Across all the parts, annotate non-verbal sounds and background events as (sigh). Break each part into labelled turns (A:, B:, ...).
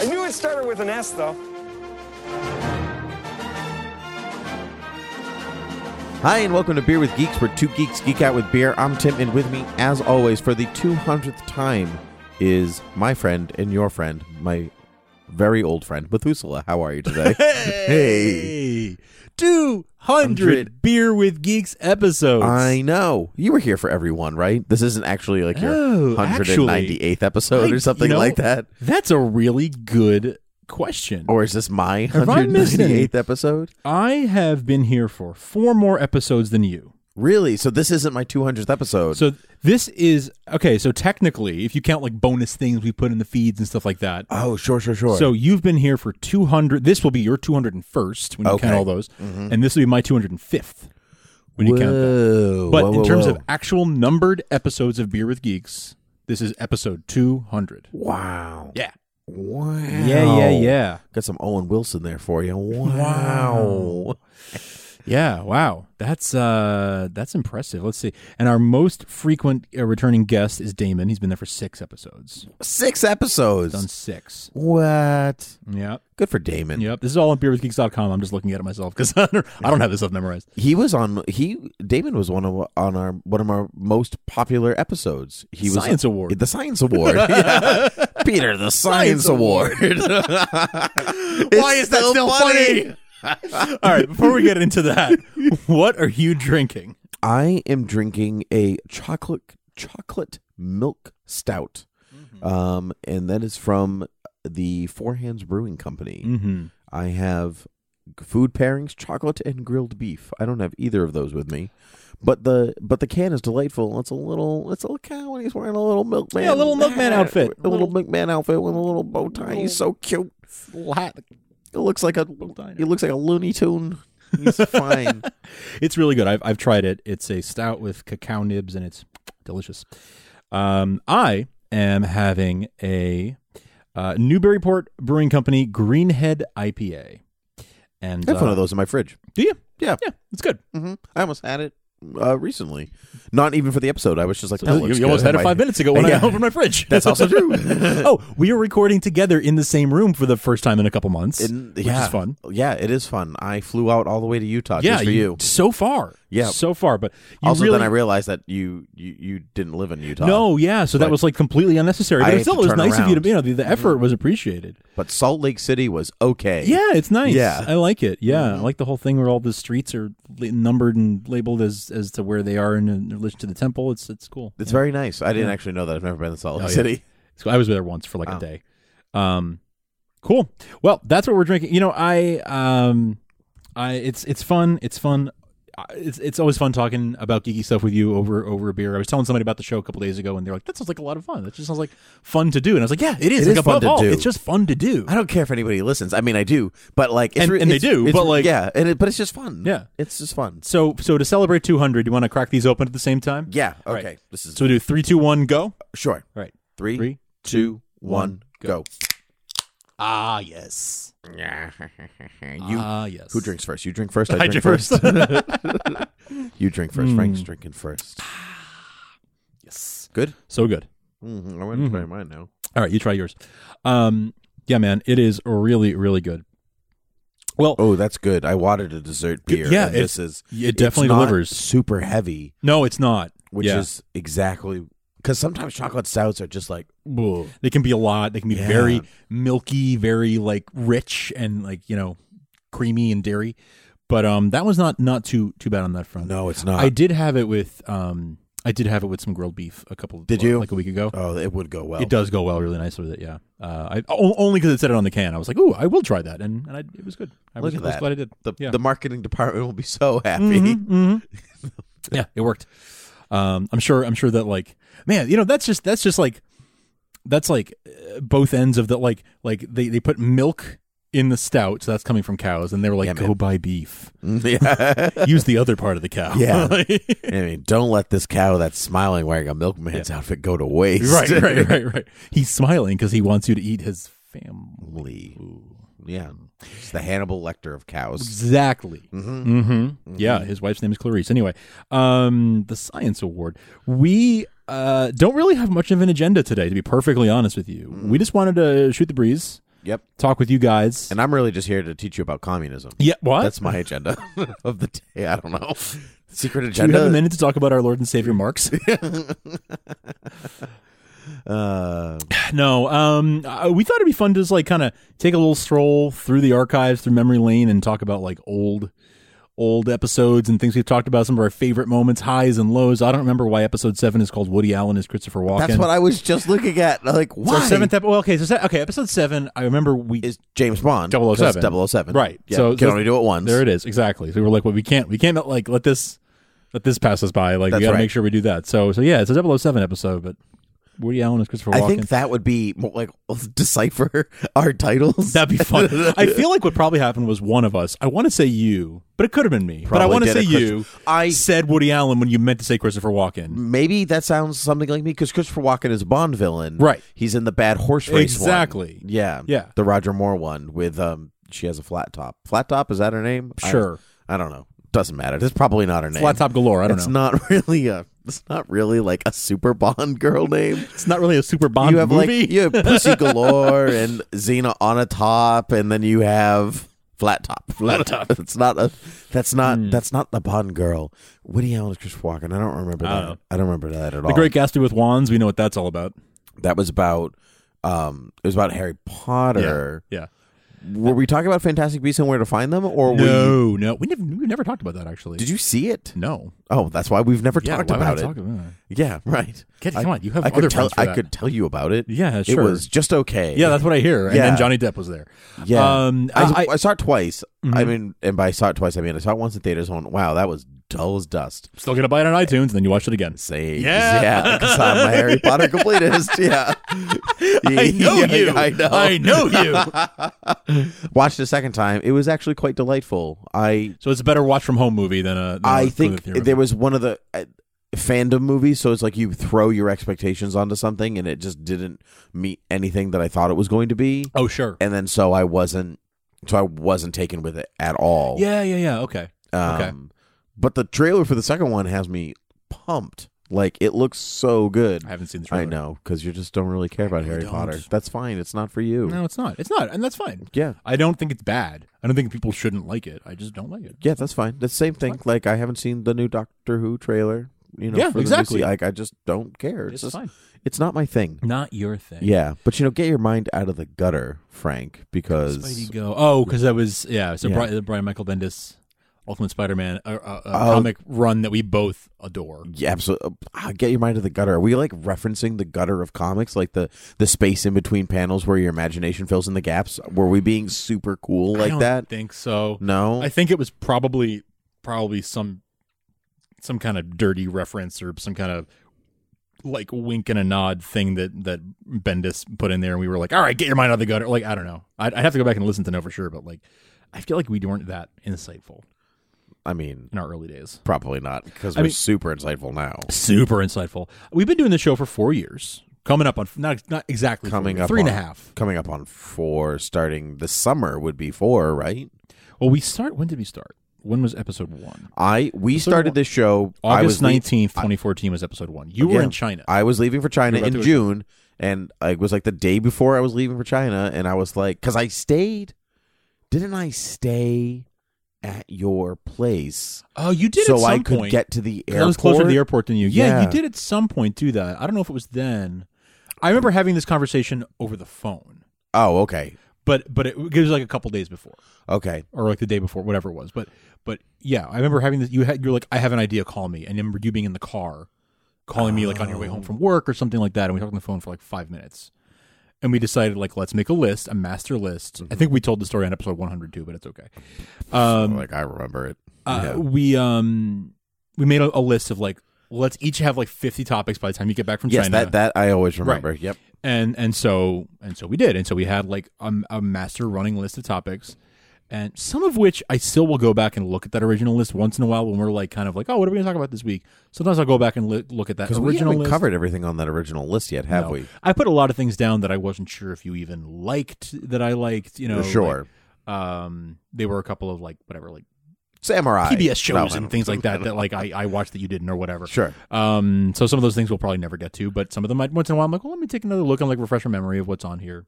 A: I knew it started with an S, though.
B: Hi, and welcome to Beer with Geeks, where two geeks geek out with beer. I'm Tim, and with me, as always, for the 200th time, is my friend and your friend, my very old friend, Methuselah. How are you today?
C: (laughs) Hey, 200 Beer with Geeks episodes.
B: I know. You were here for everyone, right? This isn't actually like your
C: Oh,
B: 198th episode
C: I-
B: or something
C: you know,
B: like that.
C: That's a really good question.
B: Or is this my
C: Have I missed any?
B: 198th episode?
C: I have been here for four more episodes than you.
B: Really? So this isn't my 200th episode.
C: So this is okay. So technically, if you count like bonus things we put in the feeds and stuff like that,
B: oh, sure, sure, sure.
C: so you've been here for 200. This will be your 201st when you
B: Okay. Mm-hmm.
C: count all those, and this will be my 205th when you count that.
B: Whoa,
C: But
B: whoa,
C: in
B: whoa,
C: terms of
B: whoa.
C: actual numbered episodes of Beer with Geeks, this is episode 200.
B: wow,
C: Yeah.
B: wow,
C: Yeah, yeah, yeah.
B: Got some Owen Wilson there for you. Wow.
C: Wow. Yeah, wow. That's uh that's impressive. Let's see. And our most frequent uh, returning guest is Damon. He's been there for 6 episodes.
B: Six episodes.
C: Done 6.
B: What?
C: Yep.
B: Good for Damon.
C: Yep. This is all on beerwithgeeks.com. I'm just looking at it myself cuz (laughs) I don't I don't have this stuff memorized.
B: He was on he Damon was one of on our one of our most popular episodes. He was
C: Science Award.
B: The Science Award.
C: (laughs)
B: Yeah. Peter the Science, Award. (laughs) Why
C: is that still all right, before we get
B: (laughs)
C: into that, what are you drinking?
B: I am drinking a chocolate chocolate milk stout.
C: Mm-hmm.
B: Um and that is from the Four Hands Brewing Company.
C: Mhm.
B: I have food pairings, chocolate and grilled beef. I don't have either of those with me. But the but the can is delightful. It's a little it's a little cow and he's wearing a little milkman.
C: Yeah, a little
B: hat,
C: milkman outfit.
B: A little, milkman outfit with a little bow tie. He's so cute. It looks like a
C: tie.
B: it looks like a Looney Tune. He's
C: (laughs)
B: fine.
C: It's really good. I've I've tried it. It's a stout with cacao nibs and it's delicious. Um, I am having a uh, Newburyport Brewing Company Greenhead IPA, and
B: I have one
C: uh,
B: of those in my fridge.
C: Do you?
B: Yeah.
C: Yeah, it's good.
B: hmm I almost had it uh, recently. Not even for the episode. I was just like, that
C: you
B: looks
C: you almost
B: good.
C: had it
B: My-
C: five minutes ago
B: (laughs)
C: when
B: Yeah.
C: I opened my fridge.
B: That's also true.
C: (laughs)
B: (laughs)
C: oh, we are recording together in the same room for the first time in a couple months,
B: And-
C: which
B: yeah.
C: is fun.
B: Yeah, it is fun. I flew out all the way to Utah
C: yeah,
B: just for you.
C: so far.
B: Yeah.
C: so far. But you
B: also,
C: really,
B: then I realized that you, you you didn't live in Utah.
C: no, yeah. So that
B: Like,
C: was like completely unnecessary.
B: I
C: But
B: had
C: it still
B: to
C: was
B: turn
C: nice of you to,
B: around.
C: you know, the, the effort was appreciated.
B: but Salt Lake City was okay.
C: Yeah, it's nice.
B: Yeah. Mm-hmm.
C: I like it. Yeah, I like the whole thing where all the streets are li- numbered and labeled as as to where they are in, in relation to the temple. It's it's cool.
B: it's very nice. I didn't
C: Yeah.
B: actually know that. I've never been to Salt Lake
C: Oh, yeah.
B: City.
C: It's cool. I was there once for like
B: Wow.
C: a day. Um, cool. Well, that's what we're drinking. You know, I um, I it's it's fun. It's fun. I- It's it's always fun talking about geeky stuff with you over over a beer. I was telling somebody about the show a couple days ago, and they're like, "That sounds like a lot of fun. That just sounds like fun to do." And I was like, "Yeah, it is.
B: It
C: like
B: is fun
C: above
B: to
C: all,
B: do.
C: It's just fun to do."
B: I don't care if anybody listens. I mean, I do, but like, it's
C: And-
B: re-
C: and they
B: it's-
C: do,
B: it's
C: but,
B: re-
C: like-
B: yeah, and it, but it's just fun.
C: Yeah.
B: it's just fun.
C: So so to celebrate 200, you want to crack these open at the same time?
B: Yeah.
C: All right.
B: Okay. This is
C: So we do three, two, one, go.
B: sure.
C: All right.
B: Three, two, one,
C: Three.
B: go.
C: Ah yes.
B: (laughs) You.
C: ah yes.
B: who drinks first? You drink first. I
C: I
B: drink,
C: drink
B: first.
C: first.
B: (laughs) you drink first. Frank's drinking first.
C: Ah, Yes.
B: Good.
C: So good.
B: Mm-hmm. I want to try mine now.
C: All right, you try yours. Um, yeah, man, it is really really good. Well,
B: Oh, that's good. I wanted a dessert beer.
C: yeah,
B: and
C: it's-
B: this is
C: it
B: it's
C: definitely
B: not
C: delivers.
B: Super heavy,
C: no, it's not.
B: which
C: Yeah.
B: is exactly because sometimes chocolate stouts are just like
C: Ugh. they can be a lot. They can be
B: Yeah.
C: very milky, very like rich and like you know creamy and dairy. But um, that was not not too too bad on that front.
B: No, it's not.
C: I did have it with um, I did have it with some grilled beef a couple.
B: Did you?
C: like a week ago?
B: Oh, it would go well.
C: It does go well, really nice with it. Yeah, uh, I o- only because it said it on the can. I was like, "Ooh, I will try that," and, and I, it was good. I
B: Look
C: was,
B: at
C: I was
B: that.
C: glad I did.
B: The,
C: yeah.
B: the marketing department will be so happy.
C: Mhm,
B: mm-hmm.
C: mhm. (laughs) yeah, it worked. Um, I'm sure. I'm sure that like, man, you know, that's just that's just like, that's like uh, both ends of the like like they they put milk in the stout, so that's coming from cows, and they were like,
B: Yeah, man.
C: go buy beef.
B: (laughs) Yeah.
C: Use the other part of the cow. (laughs)
B: Yeah.
C: Like-
B: I mean, don't let this cow that's smiling wearing a milkman's outfit go to waste.
C: right, right, right, right. He's smiling because he wants you to eat his family.
B: Yeah. It's the Hannibal Lecter of cows.
C: Exactly.
B: Mhm.
C: Mhm. Yeah, his wife's name is Clarice. Anyway, um, the Science Award. We uh, don't really have much of an agenda today, to be perfectly honest with you.
B: Mm.
C: We just wanted to shoot the breeze.
B: Yep.
C: Talk with you guys.
B: And I'm really just here to teach you about communism.
C: Yeah, what?
B: That's my agenda (laughs) of the day. I don't know. Secret
C: Do you
B: agenda.
C: have a minute to talk about our Lord and
B: (laughs)
C: Savior Marx?
B: Uh,
C: (laughs) no. Um, uh, we thought it'd be fun to just like kind of take a little stroll through the archives, through memory lane, and talk about like old, old episodes and things we've talked about. Some of our favorite moments, highs and lows. I don't remember why episode seven is called Woody Allen is Christopher Walken.
B: that's what I was just looking at. Like,
C: So
B: why?
C: seventh episode. Well, okay, so se- okay, episode seven. I remember we
B: is James Bond
C: 007.
B: 'cause 007.
C: right.
B: Yeah,
C: so
B: can only do it once.
C: There it is. Exactly. So we were like, well, we can't, we can't like let this, let this pass us by. Like
B: That's
C: we got to
B: right.
C: make sure we do that. So so yeah, it's a 007 episode, but Woody Allen is Christopher Walken.
B: I think that would be more like (laughs) decipher our titles.
C: (laughs) That'd be
B: (laughs)
C: fun. I feel like what probably happened was one of us. I want to say you, but it could have been me. but I
B: Probably
C: want to
B: did
C: say
B: it,
C: you.
B: Christopher- I- Mm,
C: said Woody Allen when you meant to say Christopher Walken.
B: Maybe that sounds something like me because Christopher Walken is a Bond villain.
C: Right.
B: He's in the bad horse race one.
C: Exactly.
B: Yeah.
C: Yeah.
B: The Roger Moore one with um she has a flat top. Flat top, is that her name? I-
C: Sure.
B: I, don't know. Doesn't matter. That's probably not her name.
C: Flat top galore. I don't
B: it's
C: know.
B: not (laughs) really a it's not really like a super Bond girl name.
C: it's not really a super Bond
B: you have
C: movie.
B: like you
C: (laughs)
B: have Pussy Galore and Xena on a top, and then you have Flat Top. (laughs) Flat Top. it's not a. That's not.
C: Hmm.
B: That's not the Bond girl. Woody Allen is Chris Walken. I don't remember that.
C: don't
B: I don't remember that at all.
C: Oh. the Great Gatsby with Wands. We know what that's all about.
B: That was about. Um, it was about Harry Potter.
C: Yeah.
B: Were we talking about Fantastic Beasts and where to find them, or we?
C: No, no, we never we never talked about that actually.
B: Did you see it?
C: No,
B: Oh, that's why we've never talked about it.
C: about
B: Yeah, right.
C: Get- come on, you have
B: I
C: other
B: could tell.
C: friends for
B: I
C: that.
B: could tell you about it.
C: Yeah,
B: It
C: sure.
B: was just okay.
C: Yeah, that's what I hear. And
B: Yeah.
C: then Johnny Depp was there.
B: Yeah,
C: um,
B: I,
C: I,
B: I saw it twice. I
C: Mhm.
B: mean, and by saw it twice, I mean I saw it once in theaters. And went, wow, that was dull as dust.
C: still gonna buy it on iTunes, and then you watch it again.
B: Say,
C: Yeah.
B: yeah, 'cause I'm a Harry Potter
C: (laughs)
B: completist. Yeah,
C: I know
B: (laughs) Yeah,
C: you.
B: I know.
C: I know you.
B: (laughs) Watched a second time. It was actually quite delightful. I
C: so it's a better watch from home movie than a. Than
B: I
C: a-
B: think
C: than a-
B: there was one of the uh, fandom movies. So it's like you throw your expectations onto something, and it just didn't meet anything that I thought it was going to be.
C: Oh sure.
B: And then so I wasn't. So I wasn't taken with it at all.
C: Yeah, yeah, yeah. Okay.
B: Um,
C: Okay.
B: But the trailer for the second one has me pumped. Like it looks so good.
C: I haven't seen the trailer.
B: I know because you just don't really care about Harry
C: don't.
B: Potter. That's fine. It's not for you.
C: No, it's not. It's not, and that's fine.
B: Yeah.
C: I don't think it's bad. I don't think people shouldn't like it. I just don't like it.
B: Yeah, that's fine. That's the same thing. Like I haven't seen the new Doctor Who trailer. You know,
C: Yeah,
B: for the new
C: exactly.
B: se- Like I just don't care. It's,
C: It's
B: just
C: fine.
B: it's not my thing.
C: Not your thing.
B: Yeah, but you know, get your mind out of the gutter, Frank, because
C: Spidey go. Oh, because that was yeah. So
B: Yeah.
C: Bri- the Brian Michael Bendis, Ultimate Spider-Man, a, a, a
B: Oh.
C: comic run that we both adore.
B: yeah, absolutely. Get your mind out of the gutter. Are we like referencing the gutter of comics, like the the space in between panels where your imagination fills in the gaps? Were we being super cool
C: I
B: like
C: don't
B: that?
C: Think so?
B: no,
C: I think it was probably probably some some kind of dirty reference or some kind of like wink and a nod thing that that Bendis put in there, and we were like, "All right, get your mind out of the gutter." Like I don't know. I'd, I'd have to go back and listen to know for sure, but like I feel like we weren't that insightful
B: I mean
C: in our early days.
B: probably not because
C: I
B: we're
C: mean-
B: super insightful now.
C: super insightful. We've been doing the show for four years, coming up on not not exactly four
B: Coming
C: years,
B: up
C: three and a
B: on-
C: half.
B: Coming up on four, starting this summer would be four, right?
C: Well, we start. When did we start? When was episode one?
B: I we
C: Episode
B: started
C: one-
B: this show I was
C: August
B: lea-
C: nineteenth, twenty fourteen was episode one. You were
B: Yeah.
C: in China.
B: I was leaving for China
C: You were about
B: in
C: to-
B: June, and it was like the day before I was leaving for China, and I was like, because I stayed, didn't I stay at your place
C: oh, you did.
B: so
C: at some
B: I could
C: point.
B: get to the
C: 'Cause
B: airport?
C: I was closer to the airport than you. Yeah,
B: Yeah.
C: you did at some point do that. I don't know if it was then. I remember having this conversation over the phone,
B: Oh, okay.
C: but but it, it was like a couple days before.
B: Okay.
C: Or like the day before, whatever it was. But but yeah, I remember having this. You had you're like, I have an idea. Call me. And I remember you being in the car, calling me like on your way home
B: Oh.
C: from work or something like that. And we talked on the phone for like five minutes. And we decided like let's make a list, a master list.
B: Mm-hmm.
C: I think we told the story on episode 102, but it's okay. Um,
B: like I remember it.
C: Uh,
B: Yeah.
C: We um we made a, a list of like let's each have like 50 topics by the time you get back from
B: Yes,
C: China.
B: that that I always
C: Right.
B: remember. Yep.
C: and and so and so we did and so we had like a, a master running list of topics and some of which i still will go back and look at that original list once in a while when we're like kind of like oh what are we going to talk about this week sometimes i'll go back and li- look at that
B: Because
C: original
B: we haven't
C: list
B: covered everything on that original list yet, have
C: No.
B: we?
C: i put a lot of things down that i wasn't sure if you even liked that i liked you know like,
B: Sure.
C: um they were a couple of like whatever like
B: Samurai
C: PBS shows
B: No, (laughs)
C: and things like that that like I, I watched that you didn't or whatever.
B: Sure.
C: Um. So some of those things we'll probably never get to, but some of them might once in a while. I'm like, well, let me take another look and like refresh my memory of what's on here.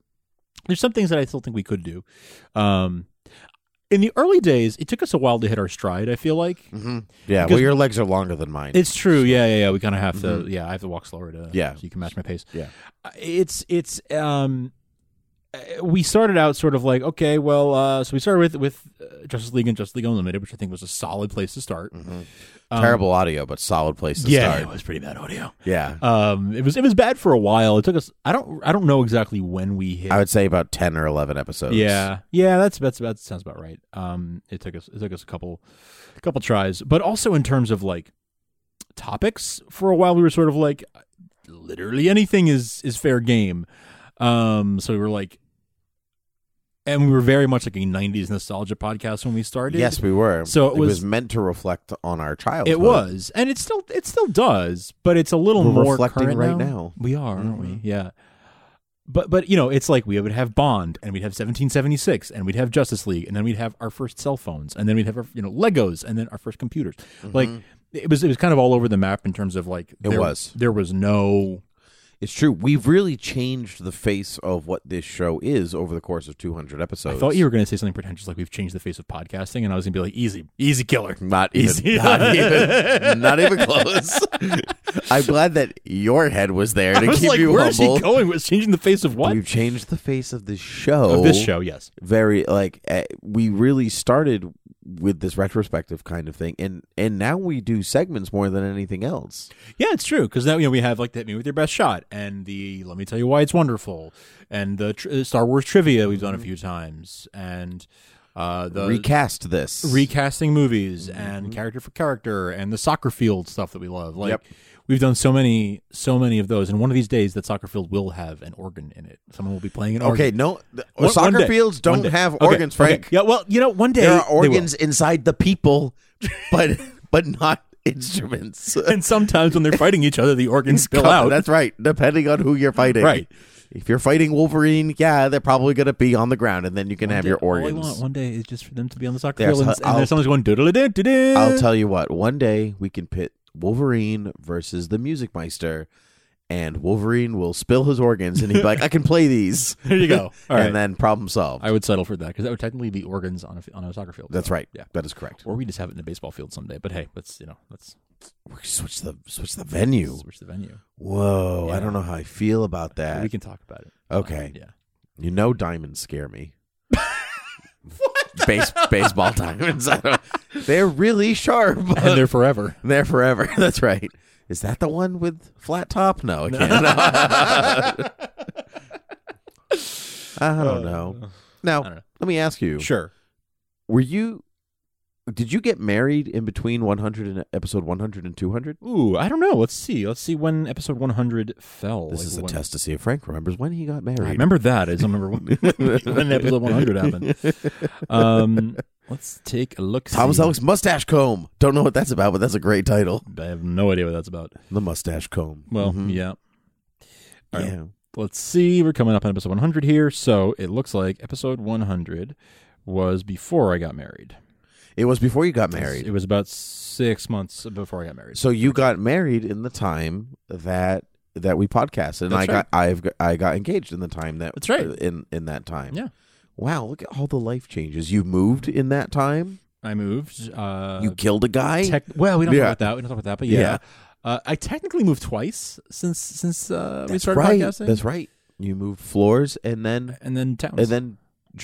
C: There's some things that I still think we could do. Um. In the early days, it took us a while to hit our stride. I feel like
B: Mm-hmm. Yeah.
C: Because-
B: well, your legs are longer than mine.
C: it's true. Yeah, yeah, yeah. We kind of have
B: Mhm.
C: to. Yeah, I have to walk slower to.
B: Yeah.
C: so you can match my pace.
B: Yeah.
C: Uh, It's it's um, uh, we started out sort of like okay, well, uh, so we started with with uh, Justice League and Justice League Unlimited, which I think was a solid place to start.
B: Mm-hmm.
C: Um,
B: Mm. Terrible audio, but solid place to
C: yeah, it
B: start.
C: was pretty bad audio.
B: Yeah.
C: Um, it was it was bad for a while. It took us. I don't I don't know exactly when we hit.
B: I would say about ten or eleven episodes.
C: Yeah, yeah, that's that's that sounds about right. Um, it took us it took us a couple, couple tries, but also in terms of like topics for a while, we were sort of like literally anything is is fair game. Um, so we were like, and we were very much like a '90s nostalgia podcast when we started.
B: Yes, we were.
C: So it was-
B: meant to reflect on our childhood.
C: It was, and it still it still does, but it's a little
B: We're
C: more
B: reflecting
C: current
B: right
C: now.
B: now. Mm-hmm.
C: We are, aren't we? Yeah. But but you know, it's like we would have Bond, and we'd have 1776, and we'd have Justice League, and then we'd have our first cell phones, and then we'd have our you know Legos, and then our first computers. Like it was it was kind of all over the map in terms of like
B: Mm-hmm. It
C: there-
B: was.
C: there was no
B: It's true. We've really changed the face of what this show is over the course of 200 episodes.
C: I thought you were going to say something pretentious like we've changed the face of podcasting, and I was going to be like easy easy killer.
B: not
C: Easy.
B: even, (laughs) not even, not even
C: (laughs)
B: close. I'm glad that your head was there
C: I
B: to
C: was
B: keep
C: like,
B: you
C: where is
B: humble.
C: he going? Was changing the face of what?
B: We've changed the face of this show.
C: Of this show, yes.
B: Very like eh, we really started with this retrospective kind of thing, and and now we do segments more than anything else.
C: Yeah, it's true because now you know we have like the hit me with your best shot and the let me tell you why it's wonderful and the tr- uh, Star Wars trivia we've done a few times and uh, the
B: Mm-hmm. Recast Mm-hmm, this.
C: recasting movies and character for character and the soccer field stuff that we love. Like
B: Yep.
C: we've done so many, so many of those, and one of these days that soccer field will have an organ in it. Someone will be playing an organ.
B: Okay, no, th-
C: One-
B: soccer
C: one day.
B: fields
C: One
B: don't
C: day.
B: have
C: Okay,
B: organs,
C: okay.
B: Frank.
C: Yeah, well, you know, one day
B: There are
C: they will.
B: organs inside the
C: (laughs)
B: people, but but not instruments.
C: and sometimes when they're fighting each other, the
B: (laughs)
C: organs spill
B: Come on,
C: out.
B: That's right. Depending on who you're fighting,
C: Right.
B: If you're fighting Wolverine, yeah, they're probably going to be on the ground, and then you can have your
C: All I
B: organs.
C: want one day is just for them to be on the soccer
B: There's
C: field and,
B: ho-
C: and
B: I'll-
C: then someone's going doodle da da
B: I'll tell you what. One day we can pit Wolverine versus the Music Meister, and Wolverine will spill his organs, and he'll be like, "I can play these."
C: (laughs) There you go. All
B: (laughs) and
C: right.
B: then problem solved.
C: I would settle for that because that would technically be organs on a f- on a soccer field.
B: That's
C: So,
B: right.
C: Yeah,
B: That is correct.
C: or we just have it in a baseball field someday. But hey, let's you know let's
B: Switch the switch the venue.
C: switch the venue.
B: Whoa, I
C: Yeah.
B: don't know how I feel about that.
C: we can talk about it. Uh,
B: Okay. (laughs)
C: Yeah.
B: You know, diamonds scare me. what? Base, baseball diamonds. I don't, they're really sharp.
C: (laughs) And
B: (laughs)
C: they're forever.
B: There forever. (laughs) That's right. Is that the one with flat top? No, I can't. (laughs) I
C: (laughs)
B: don't know. Now,
C: don't know.
B: let me ask you.
C: Sure.
B: Were you did you get married in between 100 and episode 100 and 200?
C: Ooh, I don't know. Let's see. Let's see when episode 100 fell.
B: This
C: Like,
B: is a
C: when-
B: test to see if Frank remembers when he got married.
C: I remember that. I just
B: (laughs)
C: don't remember when, when episode 100 happened. Um, let's take a look.
B: Thomas
C: see.
B: Alex mustache comb. Don't know what that's about, but that's a great title.
C: I have no idea what that's about.
B: The mustache comb.
C: Well,
B: Mhm.
C: yeah. All right.
B: yeah.
C: let's see we're coming up on episode 100 here so it looks like episode 100 was before i got married
B: It was before you got married.
C: it was about six months before i got married
B: So you got married in the time that that we podcasted, and
C: That's
B: I got
C: right.
B: I've got, I got engaged in the time that uh,
C: That's right.
B: in in that time.
C: Yeah.
B: Wow, look at all the life changes. You moved in that time.
C: i moved uh
B: you killed a guy.
C: tech- well we don't
B: Yeah.
C: talk about that we don't talk about that but
B: Yeah.
C: yeah, Uh, i technically moved twice since since uh, we
B: That's
C: started
B: right.
C: podcasting
B: That's right. You moved floors, and then
C: and then towns
B: and then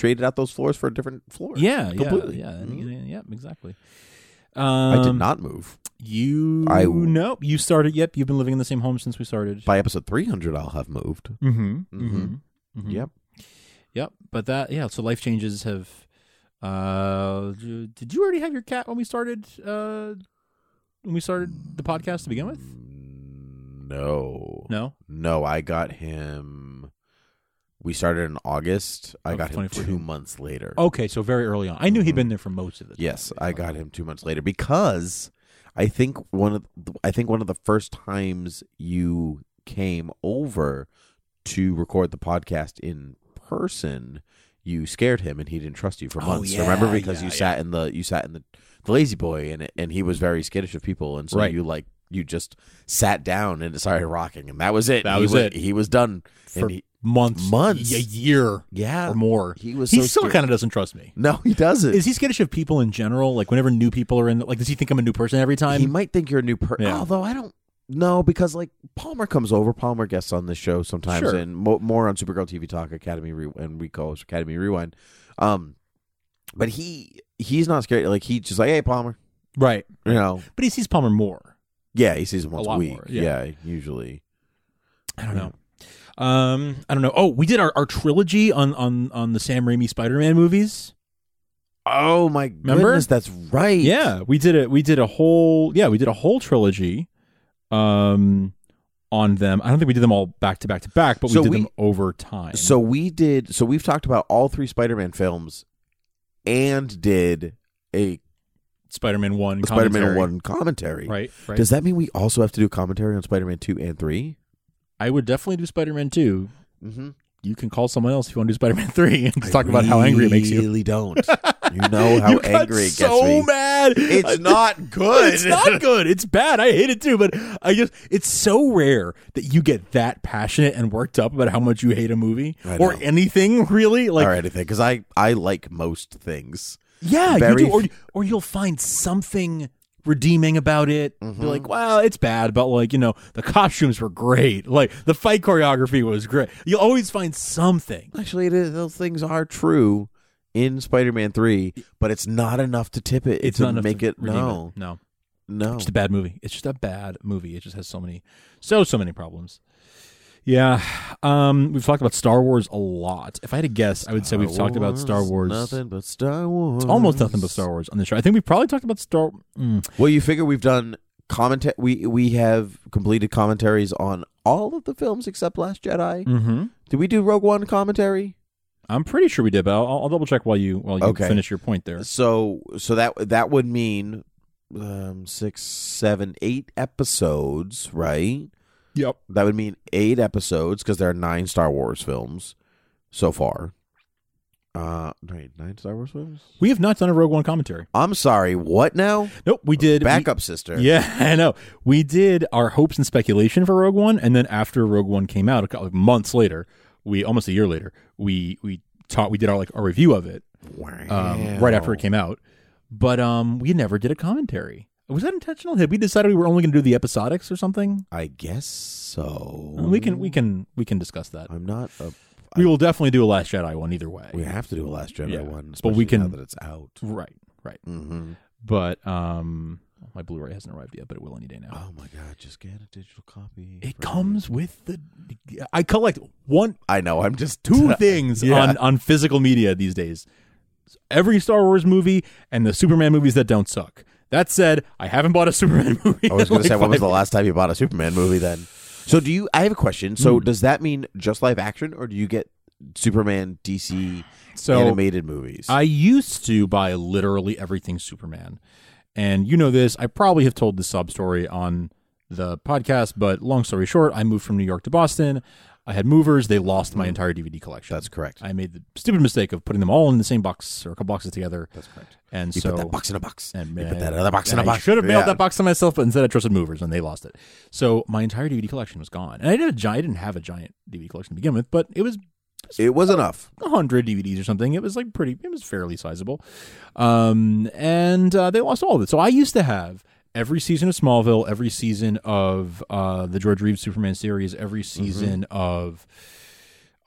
B: traded out those floors for a different floor.
C: Yeah, yeah,
B: completely. Mm-hmm.
C: yeah, and- yeah, exactly.
B: I did
C: Um,
B: not move.
C: You
B: I-
C: know you started. Yep, you've been living in the same home since we started.
B: By episode 300, I'll have moved.
C: Mm-hmm.
B: Mhm.
C: Mhm.
B: Yep.
C: Yep. But that yeah. So life changes have. Uh, d- did you already have your cat when we started? Uh, when we started the podcast to begin with?
B: Mm, No.
C: No.
B: No, I got him. We started in August. I
C: Of
B: got him
C: 2014.
B: two months later.
C: Okay, so very early on. I knew he'd been there for most of it.
B: Yes, I got him two months later because I think one of the, I think one of the first times you came over to record the podcast in person, you scared him and he didn't trust you for
C: Oh,
B: months.
C: yeah,
B: Remember because
C: yeah,
B: you sat in the you sat in the, the lazy boy and it, and he was very skittish of people and so
C: Right.
B: you like you just sat down and it started rocking and that was it.
C: That
B: he
C: was it.
B: He was done
C: For
B: and he,
C: months,
B: months.
C: a year,
B: Yeah.
C: or more.
B: He was
C: He
B: so
C: still
B: scared.
C: kind of doesn't trust me.
B: No, he doesn't.
C: Is he skittish of people in general? Like whenever new people are in, like does he think I'm a new person every time?
B: he might think you're a new person.
C: Yeah.
B: Although I don't know because like Palmer comes over. Palmer guests on this show sometimes,
C: Sure.
B: and mo- more on Supergirl TV Talk Academy Re- and Rico's Academy Rewind. Um, but he he's not scared. Like he just like hey Palmer,
C: right,
B: you know.
C: but he sees Palmer more.
B: Yeah, he sees him once a,
C: lot
B: week.
C: more, yeah.
B: yeah. usually.
C: I don't know. Um, I don't know. Oh, we did our, our trilogy on on on the Sam Raimi Spider Man movies.
B: Oh my
C: Remember?
B: goodness, that's right.
C: Yeah, we did a we did a whole yeah we did a whole trilogy, um, on them. I don't think we did them all back to back to back, but we
B: So
C: did
B: we-
C: them over time.
B: So we did. So we've talked about all three Spider-Man films, and did a
C: Spider Man one,
B: Spider-Man
C: commentary.
B: one commentary.
C: right? Right.
B: Does that mean we also have to do commentary on Spider-Man two and three?
C: I would definitely do Spider Man two.
B: Mm-hmm.
C: You can call someone else if you want to do Spider Man three (laughs) and talk about how angry it makes you.
B: Really
C: (laughs)
B: don't. You know how
C: You got
B: angry it gets
C: so
B: me.
C: mad.
B: It's not good.
C: (laughs) it's not good. It's bad. I hate it too. But I just it's so rare that you get that passionate and worked up about how much you hate a movie
B: I
C: or
B: know.
C: anything really. Like
B: or anything because I I like most things.
C: yeah,
B: very
C: you do. Or or you'll find something redeeming about it.
B: Mm-hmm.
C: Be like, wow, it's bad, but like you know, the costumes were great. Like the fight choreography was great. You'll always find something.
B: Actually, it is, those things are true in Spider-Man three, but it's not enough to tip it.
C: It's
B: to
C: not enough
B: make
C: to
B: it
C: redeem
B: no
C: it. No.
B: no.
C: It's just a bad movie. It's just a bad movie. It just has so many, so so many problems. Yeah, um, we've talked about Star Wars a lot. If I had to guess, I would say we've talked about Star Wars.
B: Nothing but Star Wars.
C: It's almost nothing but Star Wars on the show. I think we've probably talked about Star. Mm,
B: Well, you figure we've done commentary. We we have completed commentaries on all of the films except Last Jedi.
C: hmm
B: Did we do Rogue One commentary?
C: I'm pretty sure we did, but I'll, I'll double check while you while you
B: Okay.
C: finish your point there.
B: So so that that would mean um six, seven, eight episodes, right?
C: Yep.
B: That would mean eight episodes because there are nine Star Wars films so far. Uh, right, nine Star Wars films.
C: We have not done a Rogue One commentary.
B: I'm sorry, what now?
C: Nope, we did. we-
B: Backup sister.
C: Yeah, (laughs) I know. We did our hopes and speculation for Rogue One, and then after Rogue One came out, a couple, like months later, we almost a year later, we we taught we did our like our review of it um, right after it came out, but um, we never did a commentary. Was that intentional? Had we decided we were only going to do the episodics or something?
B: I guess so.
C: Well, We can we can we can discuss that.
B: I'm not. A, I,
C: We will definitely do a Last Jedi one either way.
B: we have to do a Last Jedi
C: Yeah,
B: one,
C: but
B: especially
C: we
B: now
C: can- Hmm.
B: that it's out.
C: Right, right.
B: Mm-hmm.
C: But um, my Blu-ray hasn't arrived yet, but it will any day now.
B: Oh my god! Just get a digital copy.
C: It
B: Right.
C: comes with the. I collect one
B: I know. I'm just (laughs)
C: two things
B: Yeah.
C: on on physical media these days. Every Star Wars movie and the Superman movies that don't suck. That said, I haven't bought a Superman (laughs) movie.
B: I was going
C: in like
B: to say, when was
C: five-
B: the last time you bought a Superman movie then? So, do you, I have a question.
C: Hmm.
B: So, does that mean just live action or do you get Superman DC
C: So,
B: animated movies?
C: I used to buy literally everything Superman. And you know this, I probably have told this sub story on the podcast, but long story short, I moved from New York to Boston. I had movers, they lost my entire DVD collection.
B: Mm. That's correct.
C: I made the stupid mistake of putting them all in the same box or a couple boxes together. That's correct. And
B: you
C: so
B: put that box in a box.
C: And
B: you
C: man,
B: put that other box in
C: I
B: a box.
C: should have mailed
B: Yeah.
C: that box to myself, but instead I trusted movers and they lost it. So my entire DVD collection was gone. And I didn't, have a giant, I didn't have a giant DVD collection to begin with, but it was
B: It was enough.
C: 100 DVDs or something. It was like pretty, it was fairly sizable. Um, and uh, they lost all of it. So I used to have every season of Smallville, every
B: Mm-hmm.
C: season of uh, the George Reeves Superman series, every season of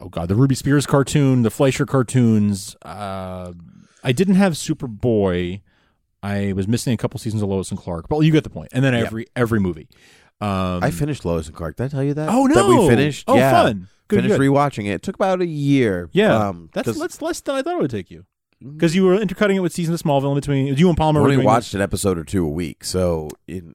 C: oh god, the Ruby Spears cartoon, the Fleischer cartoons. Uh, I didn't have Superboy. I was missing a couple seasons of Lois and Clark, but you get the point. And then
B: Yeah.
C: every every movie. Um,
B: I finished Lois and Clark. Did I tell you that?
C: Oh,
B: That we
C: no!
B: finished.
C: Oh,
B: yeah.
C: fun. Good,
B: finished
C: good.
B: rewatching it. It took about a year.
C: Yeah,
B: um,
C: that's
B: 'cause Mm-hmm.
C: that's less than I thought it would take you because you were intercutting it with seasons of Smallville in between. You
B: we
C: and Palmer were
B: only
C: doing
B: watched an episode or two a week, so in,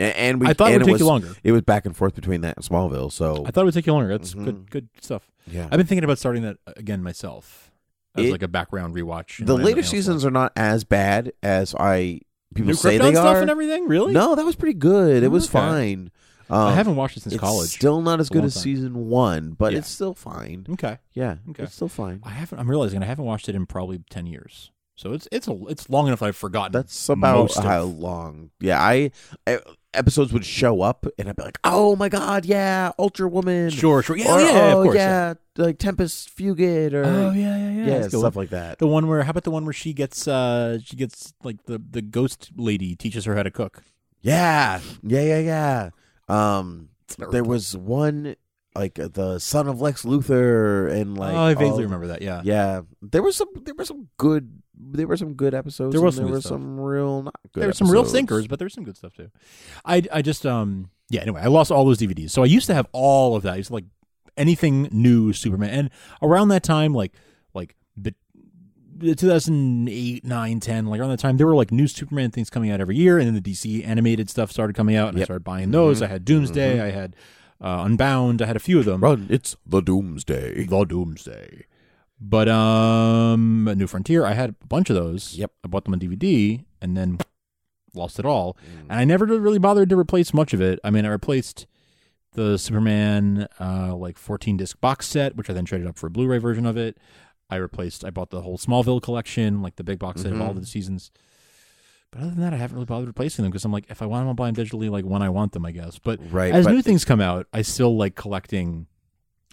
B: and- and we.
C: I thought it
B: and
C: would take
B: was,
C: you longer.
B: It was back and forth between that and Smallville. So
C: I thought it would take you longer. That's good, good stuff.
B: Mm-hmm. Yeah.
C: I've been thinking about starting that uh, again myself as
B: It-
C: like a background rewatch. and
B: the
C: everything
B: later
C: else.
B: seasons are not as bad as I people
C: New
B: say
C: Krypton
B: they
C: stuff
B: are.
C: and everything? Really?
B: No, that was pretty good. It was
C: Okay.
B: fine. Um,
C: I haven't watched it since
B: it's
C: college.
B: Still not as
C: It's a
B: good
C: long
B: as
C: time.
B: season one, but
C: Yeah.
B: it's still fine.
C: Okay.
B: Yeah,
C: Okay.
B: it's still fine.
C: I haven't. I'm realizing I haven't watched it in probably ten years. So it's it's a it's long enough. I've forgotten.
B: That's about
C: most of- Oh,
B: how long. Yeah, I, I episodes would show up, and I'd be like, "Oh my god, yeah, Ultra Woman."
C: Sure, sure. Yeah,
B: Or,
C: yeah, of
B: oh,
C: course,
B: yeah, like Tempest Fugit, or
C: Oh yeah, yeah, yeah.
B: yeah,
C: That's a good
B: stuff
C: one.
B: like that.
C: The one where how about the one where she gets uh she gets like the the ghost lady teaches her how to cook.
B: Yeah, yeah, yeah, yeah. Um,
C: Terrible.
B: there was one like uh, the son of Lex Luthor, and like
C: oh, I vaguely
B: all-
C: remember that. Yeah.
B: Yeah, there was some. There were some good. There were some good episodes.
C: There was
B: and
C: some
B: there
C: good
B: were
C: stuff.
B: some real not good.
C: there were some real
B: episodes.
C: sinkers, but there's some good stuff too. I I just um yeah. Anyway, I lost all those DVDs, so I used to have all of that. I used to like anything new Superman, and around that time, like like the. the 2008, 9, 10, like around that time, there were like new Superman things coming out every year, and then the DC animated stuff started coming out, and I
B: Yep.
C: started buying those.
B: Mhm.
C: I had Doomsday, I had uh, Unbound, I had a few of them.
B: Run! It's the Doomsday.
C: The Doomsday. But um New Frontier, I had a bunch of those.
B: Yep.
C: I bought them on DVD and then lost it all.
B: Mm.
C: And I never really bothered to replace much of it. I mean, I replaced the Superman uh like 14 disc box set, which I then traded up for a Blu-ray version of it. I replaced I bought the whole Smallville collection, like the big box set of all
B: Mhm.
C: the seasons. But other than that, I haven't really bothered replacing them because I'm like, if I want them, I'll buy them digitally, like when I want them, I guess. But
B: Right,
C: as
B: but-
C: new things come out, I still like collecting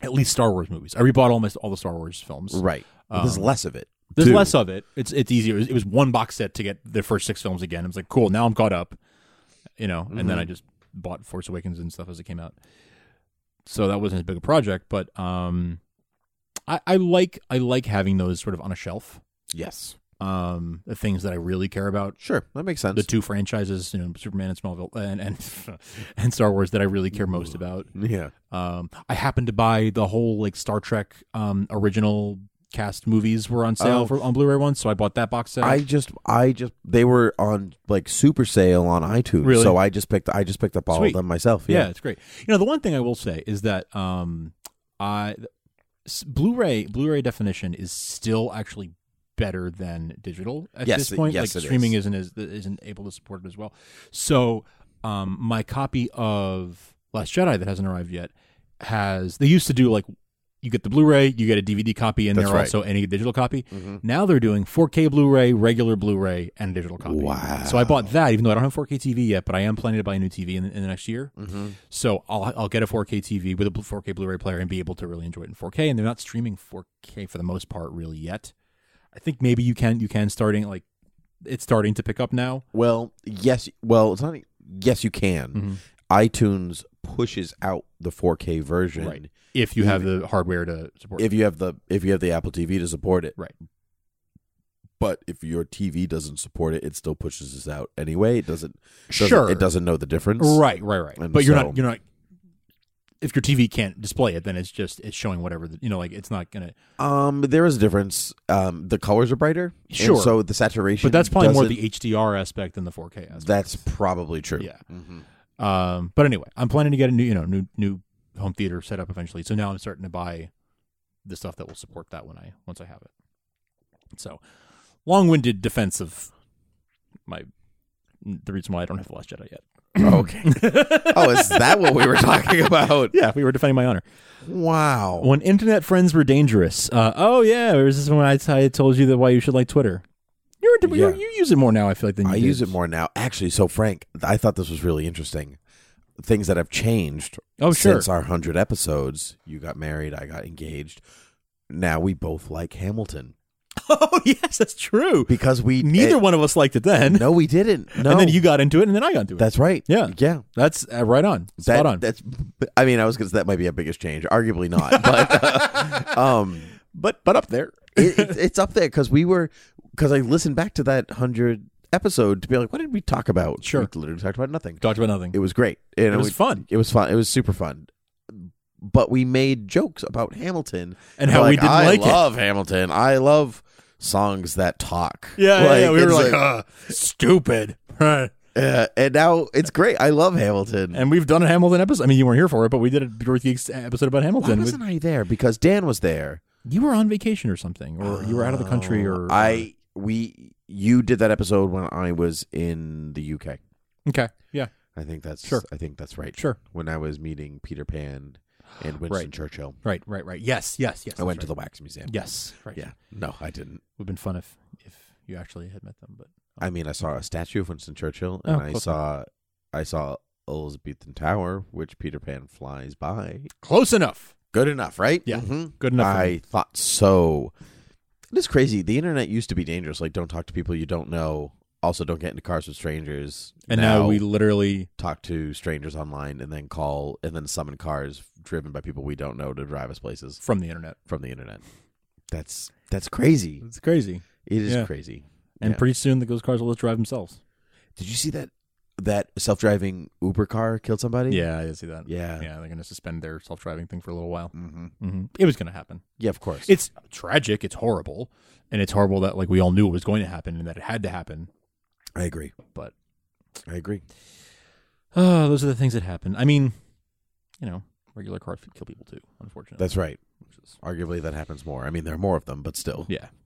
C: at least Star Wars movies. I rebought almost all the Star Wars films.
B: Right. But there's
C: Um,
B: less of it.
C: There's
B: too.
C: less of it. It's it's easier. It was, it was one box set to get the first six films again. I was like, cool. Now I'm caught up. You know, and then
B: Mhm.
C: I just bought Force Awakens and stuff as it came out. So that wasn't as big a project, but um, I, I like I like having those sort of on a shelf.
B: Yes.
C: Um, the things that I really care about.
B: Sure, that makes sense.
C: The two franchises, you know, Superman and Smallville, and (laughs) and, and Star Wars that I really care most about.
B: yeah.
C: Um, I happened to buy the whole like Star Trek um, original cast movies were on sale
B: Oh.
C: for, on Blu-ray once, so I bought that box set.
B: I just, I just, they were on like super sale on iTunes.
C: Really?
B: So I just picked, I just picked up all
C: Sweet.
B: of them myself.
C: yeah.
B: Yeah.
C: it's great. You know, the one thing I will say is that um, I s- Blu-ray Blu-ray definition is still actually better than digital at
B: Yes,
C: this point.
B: yes,
C: like
B: it
C: streaming
B: is.
C: isn't as, isn't able to support it as well. So um, my copy of Last Jedi that hasn't arrived yet has they used to do like you get the Blu-ray, you get a DVD copy, and
B: That's
C: there
B: right.
C: also any digital copy.
B: Mm-hmm.
C: Now they're doing 4K Blu-ray, regular Blu-ray, and a digital copy.
B: Wow.
C: So I bought that, even though I don't have 4K TV yet, but I am planning to buy a new TV in, in the next year.
B: Mm-hmm.
C: So I'll I'll get a 4K TV with a bl- 4K Blu-ray player and be able to really enjoy it in 4K. And they're not streaming 4K for the most part really yet. I think maybe you can you can starting like it's starting to pick up now.
B: Well, yes. Well, it's not. e, Yes, you can.
C: Mm-hmm.
B: iTunes pushes out the 4K version.
C: Right. If you have the hardware to support.
B: If you have the if you have the Apple TV to support it,
C: Right.
B: But if your TV doesn't support it, it still pushes us out anyway. It doesn't. doesn't-
C: Sure.
B: It doesn't know the difference.
C: Right, right, right.
B: And
C: but you're
B: so-
C: not you're not if your TV can't display it, then it's just it's showing whatever the, you know like it's not gonna.
B: Um, there is a difference. Um, the colors are brighter. and
C: Sure.
B: so the saturation.
C: But that's probably more
B: doesn't-
C: the HDR aspect than the 4K aspect.
B: That's probably true.
C: Yeah. Um, but anyway, I'm planning to get a new, you know, new new home theater set up eventually. So now I'm starting to buy the stuff that will support that when I once I have it. So long-winded defense of my the reason why I don't have the Last Jedi yet.
B: okay.
C: (laughs)
B: oh, is that what we were talking about?
C: Yeah, we were defending my honor.
B: Wow.
C: When internet friends were dangerous. Uh, oh yeah, or is this when I, I told you that why you should like Twitter? You're, you're,
B: Yeah.
C: you use it more now. I feel like than you
B: I
C: did.
B: use it more now. Actually, so Frank, I thought this was really interesting. Things that have changed
C: Oh, sure.
B: since our 100 episodes. You got married, I got engaged. Now we both like Hamilton.
C: (laughs) Oh yes, that's true.
B: Because we
C: (laughs)
B: eh,
C: neither one of us liked it then.
B: No, we didn't. No,
C: (laughs) and then you got into it, and then I got into it.
B: That's right.
C: Yeah,
B: yeah.
C: That's uh, right on. Spot
B: that,
C: on.
B: That's. I mean, I was because that might be our biggest change. Arguably not,
C: (laughs)
B: but um,
C: but but up there,
B: it, it's it's up there because we were because I listened back to that hundred episode to be like, what did we talk about?
C: Sure.
B: we literally talked about nothing.
C: Talked about nothing.
B: It was great. And
C: It was fun.
B: It was fun. It was super fun. But we made jokes about Hamilton
C: And how we didn't
B: I
C: like it."
B: love Hamilton. I love songs that talk.
C: Yeah, yeah, yeah. We were
B: it's
C: like, "Uh, stupid. (laughs) Right.
B: Yeah, and now it's great. I love Hamilton.
C: And we've done a Hamilton episode. I mean, you weren't here for it, but we did a Beer Geeks episode about
B: Why
C: Hamilton.
B: wasn't I there? Because Dan was there.
C: you were on vacation or something, or you were out of the country, or
B: Oh, I we you did that episode when I was in the UK.
C: okay, yeah,
B: I think that's
C: Sure.
B: I think that's right.
C: Sure.
B: When I was meeting Peter Pan
C: (sighs)
B: and Winston
C: Right.
B: Churchill.
C: right, right, right. Yes, yes, yes.
B: I went
C: that's
B: to the
C: right.
B: Wax Museum.
C: Yes, right.
B: Yeah. No, I didn't.
C: would have been fun if if you actually had met them, but
B: I mean, I saw a statue of Winston Churchill,
C: Oh,
B: and I
C: close
B: saw, I saw Elizabethan Tower, which Peter Pan flies by.
C: close enough.
B: Good enough, right?
C: Yeah.
B: Mhm.
C: Good enough. for
B: I
C: me.
B: thought so. It is crazy. The internet used to be dangerous. Like, don't talk to people you don't know. Also, don't get into cars with strangers.
C: and now, we literally
B: talk to strangers online, and then call, and then summon cars driven by people we don't know to drive us places
C: from the internet.
B: from the internet. That's that's crazy.
C: It's crazy.
B: It is
C: Yeah.
B: crazy.
C: And
B: Yeah.
C: pretty soon, those cars will just drive themselves.
B: Did you see that that self driving Uber car killed somebody?
C: Yeah, I did see that.
B: Yeah.
C: yeah. They're going to suspend their self driving thing for a little while.
B: Mm-hmm.
C: hmm It was going to happen.
B: Yeah, of course.
C: It's tragic. It's horrible, and it's horrible that like we all knew it was going to happen and that it had to happen.
B: I agree.
C: But
B: I agree.
C: oh, (sighs) those are the things that happen. I mean, you know, regular cars kill people too. Unfortunately,
B: That's right.
C: Which is-
B: Arguably, that happens more. I mean, there are more of them, but still.
C: yeah. (laughs)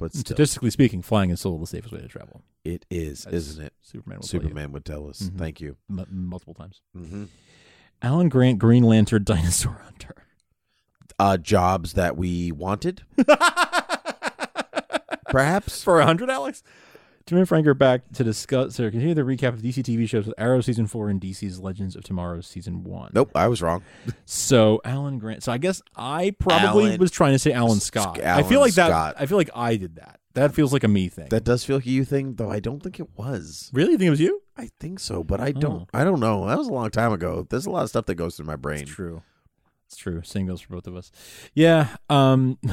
B: But still,
C: Statistically speaking, flying is still the safest way to travel.
B: it is,
C: That's-
B: isn't it?
C: Superman will tell you
B: Superman would tell us.
C: Mhm.
B: Thank you.
C: mu- multiple times.
B: Mm-hmm.
C: Alan Grant, Green Lantern, (laughs) Dinosaur Hunter.
B: Uh, jobs that we
C: (laughs)
B: wanted, perhaps.
C: For a hundred, Alex. Tim and Frank are back to discuss or continue the recap of DC TV shows with Arrow season four and DC's Legends of Tomorrow season one.
B: nope, I was wrong.
C: So Alan Grant. So I guess I probably
B: Alan-
C: was trying to say Alan Scott.
B: Sc-
C: I feel
B: Alan
C: like
B: Scott.
C: that. I feel like I did that. That feels like a me thing.
B: That does feel like a you thing, though. I don't think it was.
C: really? You think it was you?
B: I think so, but I
C: Oh.
B: don't. I don't know. That was a long time ago. There's a lot of stuff that goes through my brain.
C: It's true. It's true. Same goes for both of us. Yeah. Um (laughs)